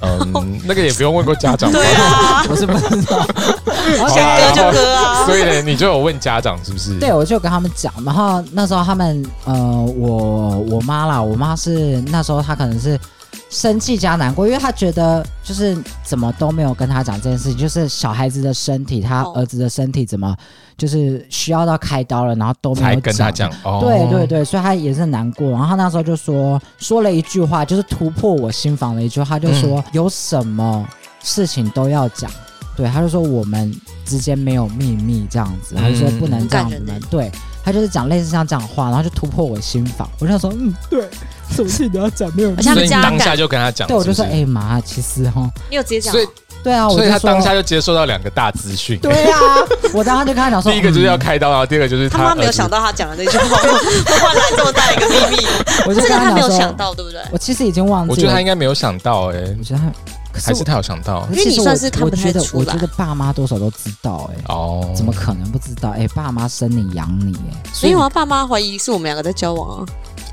嗯，那个也不用问过家长吧，
啊，
我是不知道。然后
*laughs* 好啊
割就割啊。
所以呢，你就有问家长是不是？
对，我就跟他们讲，然后那时候他们呃，我我妈啦，我妈是那时候她可能是生气加难过，因为她觉得就是怎么都没有跟她讲这件事情，就是小孩子的身体，她
哦
儿子的身体怎么就是需要到开刀了，然后都没
才
有
跟他讲。哦，
对对对，所以她也是难过。然后她那时候就说说了一句话，就是突破我心房的一句话，她就说、有什么事情都要讲。对，她就说我们之间没有秘密这样子，她就说
嗯
不能这样子
很感
嘛
人。
对，她就是讲类似像这样的话，然后就突破我心房。我就想说，嗯，对，什么事情都要讲，没有秘密。
而且他
所
们
以你
家
当
感
下就跟他讲，
对，我就是说，
不
哎、
是
妈，其实哦，
你有直接讲
所以
哦，
对啊，我
所以
就
他
说
当下就接收到两个大资讯，
对啊，我当下就跟他讲说，
*laughs* 第一个就是要
嗯
开刀，然后第二个就是
他妈没有
儿子
想到他讲的那句话， *laughs* 我换来这么大一个秘密，
我就
这
跟
个他没
讲
有
说
想，到，对不对？
我其实已经忘记了，
我觉得他应该没有想到、哎，
我觉得他，可
还
是
是
我
他有想到
可
因为
哦其
你
实
算
我
是看
我
不
觉
太
得
出
我
来
觉得爸妈多少都知道、哎、
哦，
怎么可能不知道？哎、爸妈生你养你、哎，
没有啊，爸妈怀疑是我们两个在交往啊，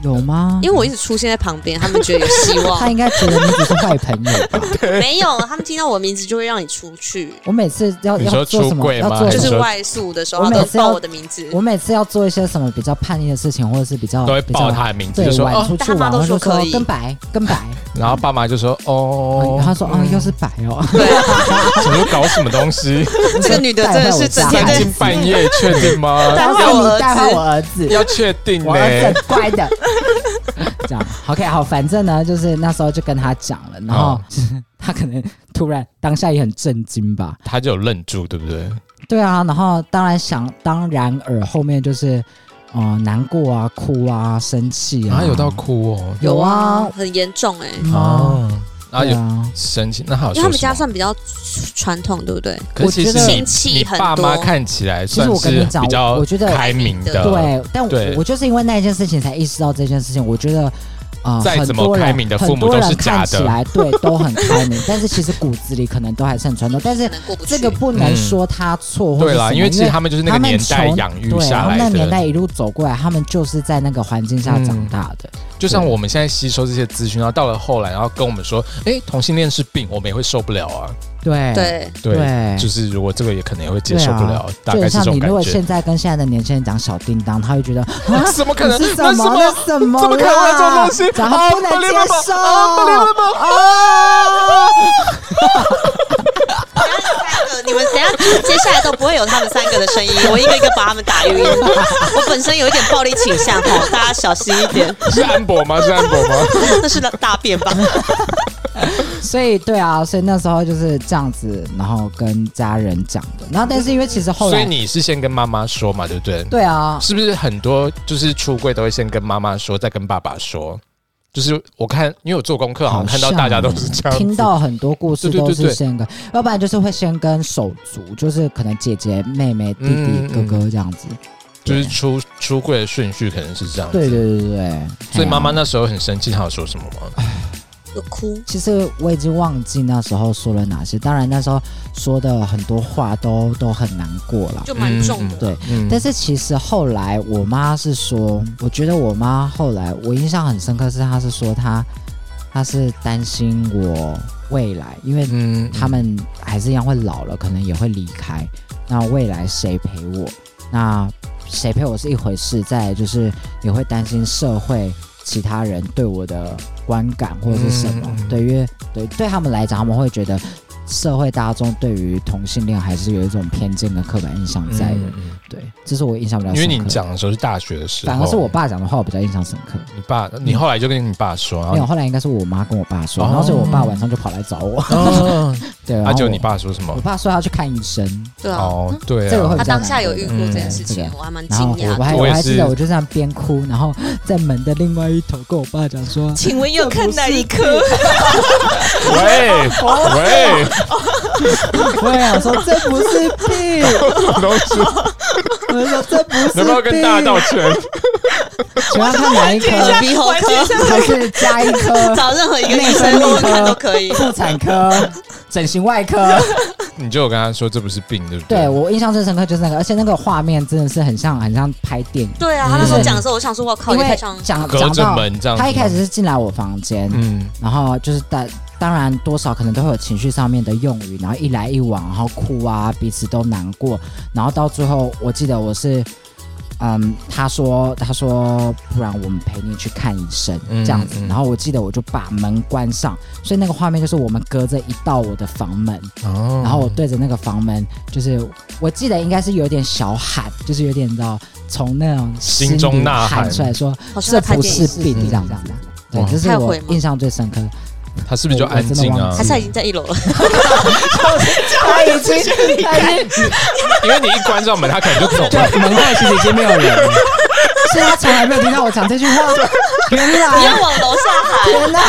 有吗？
因为我一直出现在旁边，他们觉得有希
*laughs* 他
望。
应该觉得你只是坏朋友吧？
没有，他们听到我名字就会让你出去，
我每次要
你说
要做什
出
么，
柜
要
吗
做
还
就
什
是
么，
外宿的时候，
我
他
每
都
次要
报我的名字。
我每次要做一些什么比较叛逆的事情，或者是比较
都会
比
报
较
他的名字，
对
就说
晚
哦，
出去
大妈
玩，
都
我就
说可
说
以
跟白跟白，
然后爸妈就说哦，
他说哦
嗯
又是白哦，
对啊，
什么搞什么
*laughs*
东西，
*laughs* 这个女的真的是整天
三
在
更半夜，确定吗？
*laughs* 带
带
坏
坏我
你
儿
带坏
子
我儿子，
要确 *laughs* 定呢、
我儿子很乖的。 *laughs* 这样，OK，好，反正呢，就是那时候就跟他讲了，然后
哦
*laughs* 他可能突然当下也很震惊吧。
他就有愣住，对不对？
对啊，然后当然想，当然而后面就是，呃，难过啊，哭啊，生气啊，
啊，有到哭哦，
*laughs* 有啊，
很严重哎、
嗯啊，
哦，然后
对
有
啊，
生气，那好，
因为他们家，算比较传统，对不对？
可是其实
我觉得
你
亲戚
你
很
爸妈
多
看起来算
其实我跟
是
你讲
比较
我觉得
开明的，
对，但我
呃对
我就是因为那一件事情才意识到这件事情，我觉得。啊、
再
很
怎么
多人
开明的父母
很多
都
人
是假
看
的
起来对都很开明，但是其实骨子里可能都还是很传统。但是
可能过不去。
这个不能说他错或
嗯对
是什
啦，
么，
因为其实他们就是那个
他们
年代
从
养育
对，然
下
后
来
那年代
的，
一路走过来，他们就是在那个环境下长
嗯
大的。
就像我们现在吸收这些资讯，然后到了后来，然后跟我们说，哎，同性恋是病，我们也会受不了啊，
对
对，
对。
对，啊
就是如果这个也可能也会接受不了，大
就
概
很
是这
像
种
你如
感
果
觉，
现。在跟现在的年轻人讲小叮当，他会觉得啊
*laughs* 怎么可能？
你是
那
什
什
么？
么？
那什么啦？
怎么可能有这种东西
然后不能接受，
啊
啊！
三个，你们等一下接下来都不会有他们三个的声音，我一个一个把他们打晕。 *laughs* 我本身有一点暴力倾向哦，大家小心一
*laughs*
点，
*laughs* 是安博吗？是安博吗？
那是大便吧？
所以对啊，所以那时候就是这样子，然后跟家人讲的。然后但是因为其实后
所以
来，
你是先跟妈妈说嘛，对不对？
对啊，
是不是很多就是出柜都会先跟妈妈说，再跟爸爸说？就是我看，因为我做功课，好像看到大家都是这样子。
听到很多故事
对对
都
对
是
对
先跟，要不然就是会先跟手足，就是可能姐姐、妹妹、弟弟
嗯、
哥哥这样子。
就是出出柜的顺序可能是这样子。
对对哎对对对。
所以妈妈
哎呀，
那时候很生气，她有说什么吗？
有哭，
其实我已经忘记那时候说了哪些，当然那时候说的很多话都都很难过了。
就蛮重的。
对，
嗯
但是其实后来我妈是说，我觉得我妈后来我印象很深刻是，她是说她她是担心我未来，因为
嗯
他们还是一样会老了，可能也会离开。那未来谁陪我？那谁陪我是一回事，再来就是也会担心社会其他人对我的观感或者是什么。
嗯
对，因为对对他们来讲，他们会觉得社会大众对于同性恋还是有一种偏见跟刻板印象在的。
嗯嗯
对，这是我印象比较
因
深
为
刻。
你讲的时候是哦大学的时候，
反而是我爸讲的话，我比较印象深刻。
你爸，你后来就跟你爸说，然 *laughs*
没有，
后
后来应该是我妈跟我爸说，
哦
然后所以我爸晚上就跑来找我。 *laughs*
哦，
对，然
阿
后
九，
我
你爸说什么
我？爸说他要去看医生，
对啊，
哦，对
这个
啊
会，
他
比较
当下
难
有
过
遇过这件事情
嗯，
我还蛮
然
惊
后我
讶
我
的。
还
我
我
也
还记
是
得，我就这样边哭，然后在门的另外一头跟我爸讲说
请问要看哪一科？
喂喂，
喂，我说这不是病，
龙叔，
我就说这不是病。”
能不能跟大家道歉？
请问看哪一科？
鼻喉科
还是加一科？
找任何一个
*laughs*
医生问问看都可以。
妇产科、整形外科？
你就有跟他说这不是病，对不
对我印象最深刻就是那个，而且那个画面真的是很像很像拍电影。
对啊，他那时候讲的时候，我想说，我靠，
因
也
为
太像
讲。讲
隔着
到
门这样子吗
他一开始是进来我房间，
嗯，
然后就是当当然多少可能都会有情绪上面的用语，然后一来一往，然后哭啊，彼此都难过，然后到最后，我记得我是，嗯，他说他说不然我们陪你去看医生、
嗯
这样子
嗯，
然后我记得我就把门关上，所以那个画面就是我们隔着一道我的房门，
哦
然后我对着那个房门，就是我记得应该是有点小喊，就是有点你知道从那种
心
里
中呐喊
喊出来说
好像
这
在拍
不
电
是
影，
病
嗯
这样子。对，
哇
这是
太
我
毁吗
印象最深刻。
他是不是就
我我
安
真的
静啊
忘？
还是他已经在一楼了？
嗯他已经，他已经，
因为你一关上门，他可能就走
就 *laughs*
了。
门外其实已经没有人了，所以他从来没有听到我讲这句
*laughs*
话。原
你要
来，
往楼下喊。
天哪！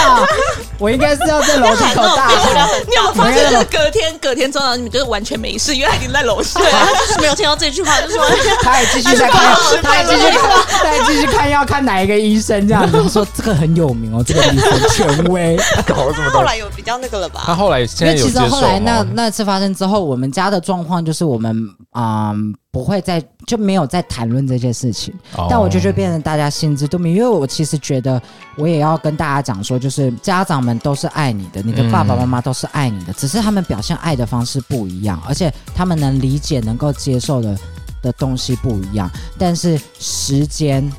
我应该是要在楼梯口大喊。
你有发现就是隔天隔天之后，你们就是完全没事，因为他已经在楼下。
对， *laughs* 他就是没有听到这句话，就说
他还继续在看，他还继续，他还继续看要看哪一个医生这样子。他说这个很有名哦，这个医生权威。
搞什么 *laughs*
后来有比较那个了吧？
他后来现
因为
在有
其
接
实
受
后来那
吗
那次发生之后，我们家的状况就是我们嗯不会再就没有再谈论这件事情。
哦
但我觉得就变成大家心知肚明，因为我其实觉得我也要跟大家讲说，就是家长们都是爱你的，你的
嗯
爸爸妈妈都是爱你的，只是他们表现爱的方式不一样，而且他们能理解、能够接受的的东西不一样。但是时间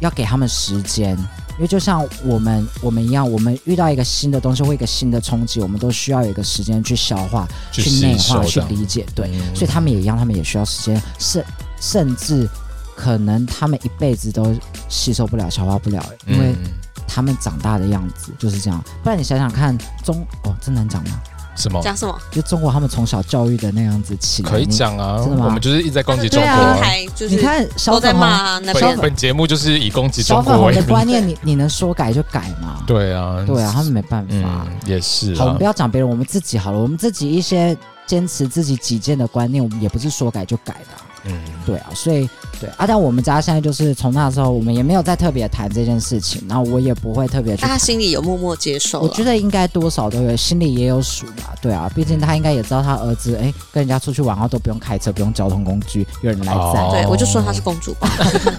要给他们时间，因为就像我们我们一样，我们遇到一个新的东西或一个新的冲击，我们都需要有一个时间去消化、
去
去内
吸收
化、去
这样
理解。对，
嗯
所以他们也一样，他们也需要时间，甚甚至可能他们一辈子都吸收不了、消化不了，因为
嗯
他们长大的样子就是这样。不然你想想看，中哦，真难讲吗？
什
哦
么
讲什么？
就中国他们从小教育的那样子起来，
可以
你。
讲啊？
真的吗
我们就是一直在攻击中
对
国
啊
啊。
台就是
你看小
都在
粉红
骂，啊那边
本。本节目就是以攻击
小
中
粉
国
红
为
的
名。
观念你，你能说改就改
*laughs*
嘛？
对啊，
对啊，他们没办法。
嗯，也是
好，我们
啊
不。要讲别人，我们自己好了，我们自己一些坚持自己己见的观念，我们也不是说改就改的啊、
嗯，
对啊，所以对啊，但我们家现在就是从那时候，我们也没有再特别谈这件事情，然后我也不会特别去
但。他心里有默默接受
我
了
觉。得应该多少都有，心里也有数吧，对啊，毕竟他应该也知道他儿子，哎、跟人家出去玩，然后都不用开车，不用交通工具，有人来载，
哦
对，我就说她是公
*laughs*
主吧。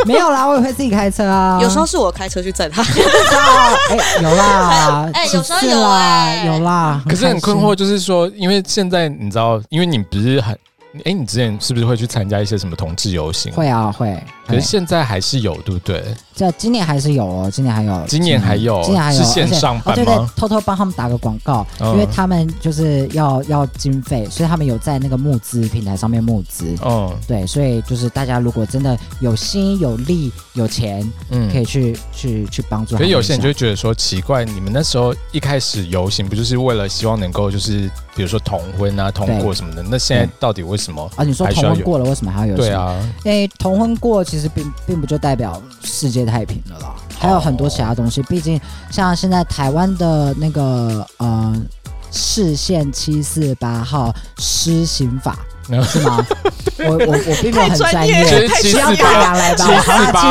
没有啦，我也会自己开车啊，
有时候是我开车去载她，
哎、有啦，
哎
几
*laughs* 有时候
次
有
啦，
哎
有啦，
可是很困
开
惑，
心，
就是说，因为现在你知道，因为你不是很，哎，你之前是不是会去参加一些什么同志游行？
会啊会，
可是
哎
现在还是有，对不对？
这今年还是有哦，今年还有，
今年还有
今年还有
是线上版
而且哦对
吗
对，偷偷帮他们打个广告，
嗯
因为他们就是要要经费，所以他们有在那个募资平台上面募资。
嗯
对，所以就是大家如果真的有心有力有钱，
嗯
可以去、去去帮助他
可
们
是
一下。
有些人就会觉得说奇怪，你们那时候一开始游行不就是为了希望能够就是比如说同婚啊、通过什么的？那现在到底为什么？
啊，你说
还需
同
要
婚
有
过了，为什么还要有？
对，啊，
*laughs* 因为同哎婚过其实并并不就代表世界太平了啦，还有很多其他东西。毕竟像现在台湾的那个呃市县七四八号施行法。是
*laughs*
吗？我我我并没有很专业，
太专业了
需要
太专业了
大家来吧。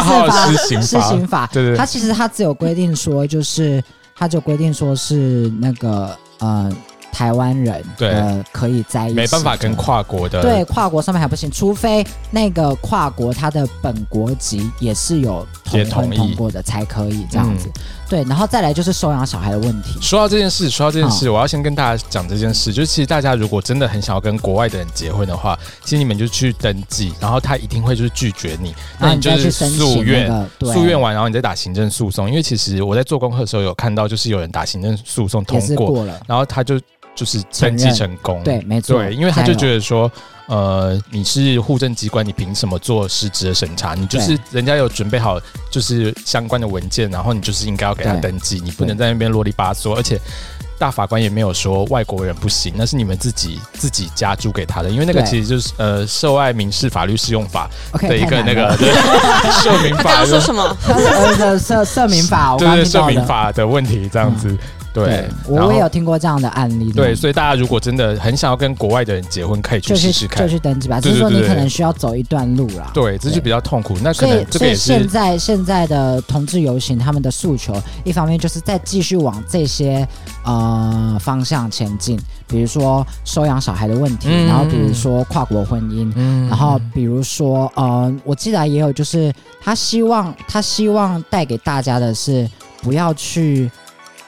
好啦748
748号施行法
施行法，
对对对
它其实它只有规定说，就是它就规定说是那个呃台湾人
对
呃可以在一起，
*laughs* 没办法跟跨国的
对，跨国上面还不行，除非那个跨国他的本国籍也是有同
也
婚
同意嗯
通过的才可以这样子。对，然后再来就是收养小孩的问题。
说到这件事，说到这件事，我要先跟大家讲这件事，就是其实大家如果真的很想要跟国外的人结婚的话，其实你们就去登记，然后他一定会就是拒绝你，
然后啊
你
你
就
再
是
去申
诉
请那
愿。
个对
诉愿完，然后你再打行政诉讼，因为其实我在做功课的时候有看到，就是有人打行政诉讼通
也是
过，
过了，
然后他就就是
承
登记
认
成功，
对，没错，
对，因为他
加
就
油
觉得说，呃，你是户政机关，你凭什么做实质的审查？你就是人家有准备好就是相关的文件，然后你就是应该要给他
对
登记，你不能在那边啰里吧嗦，而且。大法官也没有说外国人不行，那是你们自己自己加注给他的，因为那个
对
其实就是呃《受爱民事法律适用法》
OK，
的一个
太
那
难
个
了
对
*laughs*
涉民
他刚
法
刚
的
说什么？
他是 *laughs* 呃的社社民
*laughs*
法，我
对
刚
对
刚听
涉
到
民
的。嗯
法的问题这样子。对，然
我
后
我也有听过这样的案例。
对，所以大家如果真的很想要跟国外的人结婚，可以去
就
试
去就
试看。
去登记吧，
对
只
对
是说
对
你
对
可能需要走一段路啦。
对，这就比较痛苦。那可
所以
能，
所
这个
以
也
现
是
在现在的同志游行，他们的诉求，一方面就是再继续往这些呃方向前进，比如说收养小孩的问题，
嗯
然后比如说跨国婚姻，
嗯
然后比如说呃，我记得也有就是他希望他希望带给大家的是不要去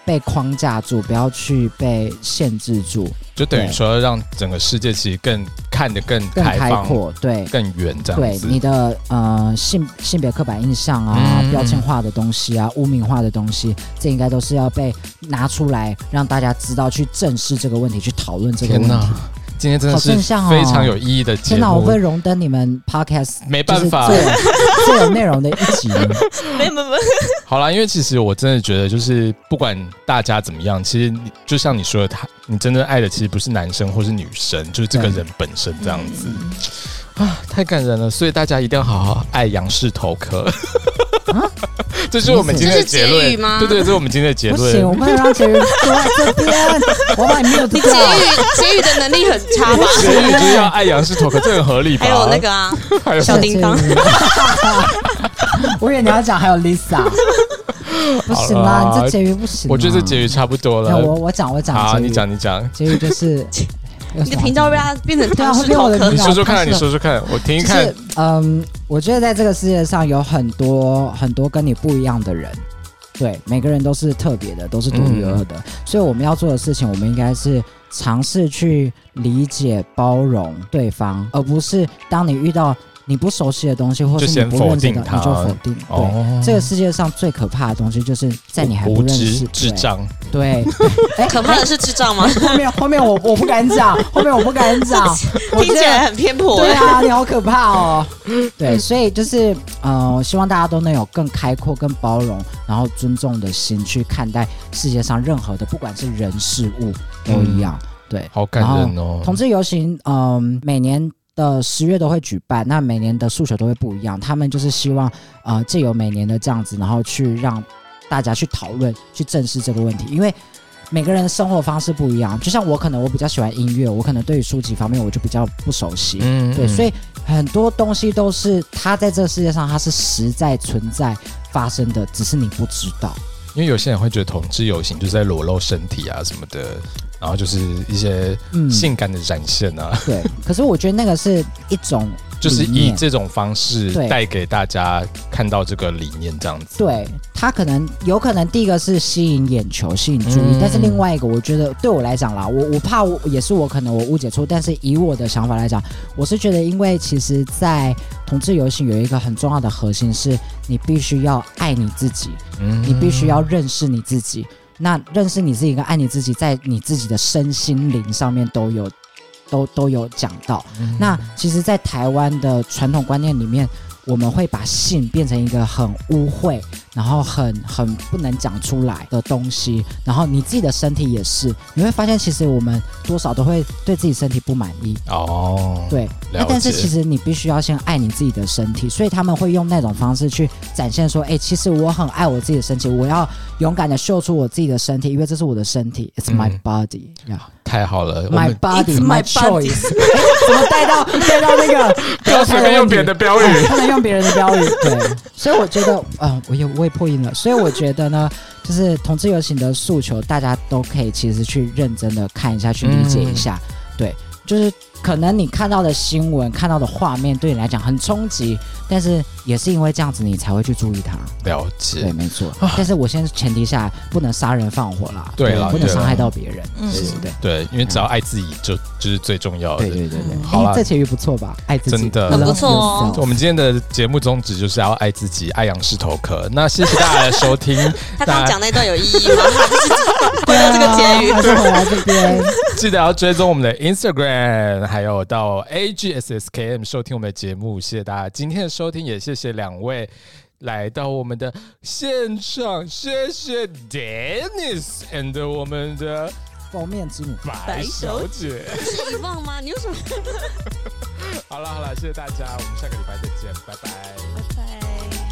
被框架住，不要去被限制住，
就等于说让整个世界其实更看得更
更
开
开
放、
阔，对。
更远这样
对
子。
你的呃性性别刻板印象啊、
嗯
标签化的东西啊、污名化的东西，这应该都是要被拿出来让大家知道，去正视这个问题，去讨论这个
天
问题。，
今天真的
好
是
正向哦
非常有意义的节
天哪，我
目
被，荣登你们 podcast
没
就
办
是
法
最。有最有内容的一
*laughs*
集。
没有没有没有，
好啦，因为其实我真的觉得，就是不管大家怎么样，其实你就像你说的，他你真正爱的其实不是男生或是女生，就是这个
对
人本身这样子。啊，太感人了！所以大家一定要好好爱杨氏头壳。
啊
*laughs* 这是我们今天的结
这是结
论
语吗
对对，这是我们今天的结
不行，我
论。
们要让杰宇坐在这
*laughs*
边，我把你 mute
你结
掉。
语结语的能力很差吧？
所以就是要爱杨氏头壳，这很合理吧？
还有那个啊，
还有
小叮当
谢谢你， *laughs* 我以为你要讲还有
*laughs*
Lisa，不行啦，
好啦
你这结语不行啦。
我觉得这结语差不多
那我
了。
我讲我讲
好，
结语
你讲你讲，
结语
*laughs*
就是
你的频道被他变成
对啊
僵尸
会变
头
我的
壳
你
频。道
说说看，
他是
你说说看，我听一
就
看
是。嗯，我觉得在这个世界上有很多很多跟你不一样的人，对，每个人都是特别的，都是独一无
嗯
二的。所以我们要做的事情，我们应该是尝试去理解、包容对方，而不是当你遇到你不熟悉的东西，或
就是先
你不认识
否
的，
定它
你就否定。对，
哦
这个世界上最可怕的东西，就是在你还不
无
认识
知智。障，
对，对哎，
可怕的是智障吗？
后面后面我我不敢讲，后面我不敢
*laughs*
讲，我
听
觉
起
得
来很偏颇
对
哎。
啊，你好可怕哦。对，所以就是呃，希望大家都能有更开阔、更包容，然后尊重的心去看待世界上任何的，不管是人事物都一样。对，
好感人哦！
同志游行，嗯、每年。的十月都会举办，那每年的诉求都会不一样。他们就是希望，呃，借由每年的这样子，然后去让大家去讨论、去正视这个问题，因为每个人的生活方式不一样。就像我可能我比较喜欢音乐，我可能对于书籍方面我就比较不熟悉，
嗯
对，所
以
以很多东西都是它在这个世界上，它是实在存在发生的，只是你不知道。
因为有些人会觉得同志游行就是在裸露身体啊什么的，然后就是一些
嗯，
性感的展现啊，
对。可是我觉得那个是一种
就是
理
以
念
这种方式
对
带给大家看到这个理念这样子。
对它可能有可能第一个是吸引眼球、吸引注意，
嗯
但是另外一个，我觉得对我来讲啦，我我怕我也是我可能我误解错，但是以我的想法来讲，我是觉得，因为其实，在同志游行有一个很重要的核心是，你必须要爱你自己，
嗯
你必须要认识你自己。那认识你自己跟爱你自己，在你自己的身心灵上面都有，都都有讲到。
嗯
那其实，在台湾的传统观念里面，我们会把性变成一个很污秽，然后很很不能讲出来的东西。然后你自己的身体也是，你会发现，其实我们多少都会对自己身体不满意。
哦，
对，那
了
哎但是
解
其实你必须要先爱你自己的身体，所以他们会用那种方式去展现说，哎、其实我很爱我自己的身体，我要勇敢的秀出我自己的身体，因为这是我的身体，It's my
嗯
body，、yeah.
太好了，我
My
们
body,
It's
my
my
choice 。 *laughs* 哎怎么带到带到那
*laughs*
个？
不要随便用别人的标
*laughs*
语。
不能用别人的
*laughs*
标语。对，所以我觉得，呃，我也我也破音了。所以我觉得呢，就是同志游行的诉求，大家都可以其实去认真的看一下，去理解一下。
嗯
对，就是可能你看到的新闻、看到的画面，对你来讲很冲击，但是也是因为这样子，你才会去注意它。
了
对，
解，
没错。但是我先前提下，不能杀人放火啦，
啊对啦
不能
对啦
伤害到别人。
嗯
对对对。
对，因为只要爱自己就就是最重要
对
的。
对对对，
好
哎
啦
这结语不错吧？爱自己，
真的
I love
很不错哦
yourself
我们今天的节目宗旨就是要爱自己，爱仰视头壳。那谢谢大家的收听，
*laughs* 他刚刚讲那段有意义
*laughs*
吗？他自己回到这个结语。
还是回来这边。
记得要追踪我们的 Instagram，还有到 AGSSKM 收听我们的节目。谢谢大家今天的收听，也谢谢两位来到我们的现场，谢谢 Dennis and 我们的
封面之母。
白小姐。
是遗忘吗？你有什么？
好了好了，谢谢大家，我们下个礼拜再见，拜拜。
拜拜。